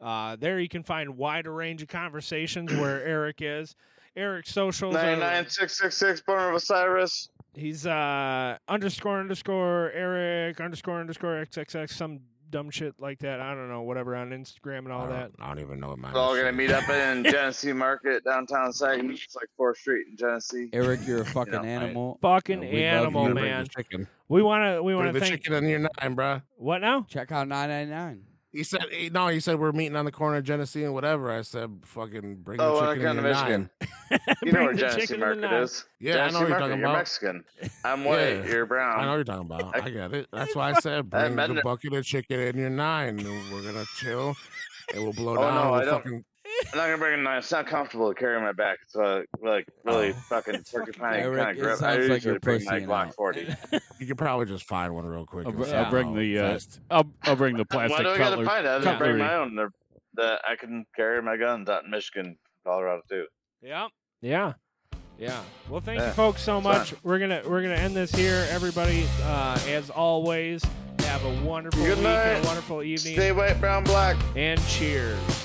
Speaker 3: Uh, there you can find wider range of conversations where Eric is. Eric's socials are-
Speaker 5: 99666 Born of Osiris.
Speaker 3: he's uh underscore underscore Eric underscore underscore XXX some dumb shit like that. I don't know, whatever on Instagram and all
Speaker 10: I
Speaker 3: that.
Speaker 10: don't, I don't even know what my
Speaker 5: We're all gonna meet up in Genesee Market downtown Saginaw. It's like Fourth Street in Genesee.
Speaker 4: Eric, you're a fucking
Speaker 5: I-
Speaker 4: animal.
Speaker 3: Fucking
Speaker 4: We love you.
Speaker 3: animal,
Speaker 4: Bring the
Speaker 3: man.
Speaker 6: Chicken.
Speaker 3: We wanna we
Speaker 6: Bring
Speaker 3: wanna
Speaker 6: the
Speaker 3: thank
Speaker 6: chicken in your nine, bruh.
Speaker 3: what now?
Speaker 4: Check out 999.
Speaker 6: He said, eh, no, he said we're meeting on the corner of Genesee and whatever. I said, fucking bring the
Speaker 5: Oh, uh,
Speaker 6: chicken
Speaker 5: Gunner,
Speaker 6: in your nine.
Speaker 5: Michigan. You know
Speaker 3: Bring
Speaker 5: where
Speaker 3: the
Speaker 5: Genesee
Speaker 3: chicken in the
Speaker 5: Market
Speaker 3: knot.
Speaker 5: is.
Speaker 6: Yeah, I
Speaker 5: Genesee
Speaker 6: know what you're
Speaker 5: Market,
Speaker 6: talking
Speaker 5: You're
Speaker 6: about.
Speaker 5: Mexican. I'm white. You're
Speaker 6: Yeah. I know
Speaker 5: brown.
Speaker 6: what you're talking about.
Speaker 5: I-
Speaker 6: I get it. That's why I said bring
Speaker 5: meant
Speaker 6: the
Speaker 5: it.
Speaker 6: bucket of chicken in your nine. and We're gonna chill. and we will blow
Speaker 5: Oh,
Speaker 6: down.
Speaker 5: no,
Speaker 6: we'll
Speaker 5: I don't-
Speaker 6: fucking-
Speaker 5: I'm not gonna bring it. in. It's not comfortable to carry on my back. It's uh, like really fucking
Speaker 3: It's fucking
Speaker 5: porcupine
Speaker 4: Eric,
Speaker 5: kind
Speaker 4: it
Speaker 5: of grip. I
Speaker 4: sounds like
Speaker 5: usually
Speaker 4: you're
Speaker 5: bring my
Speaker 4: pussying
Speaker 5: Glock
Speaker 4: out.
Speaker 5: 40.
Speaker 6: You could probably just find one real quick.
Speaker 7: I'll
Speaker 6: and
Speaker 7: br- I'll
Speaker 6: sell
Speaker 7: bring
Speaker 6: it
Speaker 7: the, uh,
Speaker 6: fast.
Speaker 7: I'll I'll bring the plastic
Speaker 5: Why do I
Speaker 7: cutler-
Speaker 5: gotta find it? I just bring
Speaker 7: cutlery.
Speaker 5: my own. They're- That I can carry my guns out in Michigan, Colorado too.
Speaker 3: Yeah. Yeah. Yeah. Well, thank you
Speaker 5: Yeah.
Speaker 3: folks so
Speaker 5: It's
Speaker 3: much. We're gonna we're gonna end this here, everybody. Uh, as always, have a wonderful
Speaker 5: Good
Speaker 3: week and
Speaker 5: night.
Speaker 3: a wonderful evening.
Speaker 5: Stay white, brown, black.
Speaker 3: and cheers.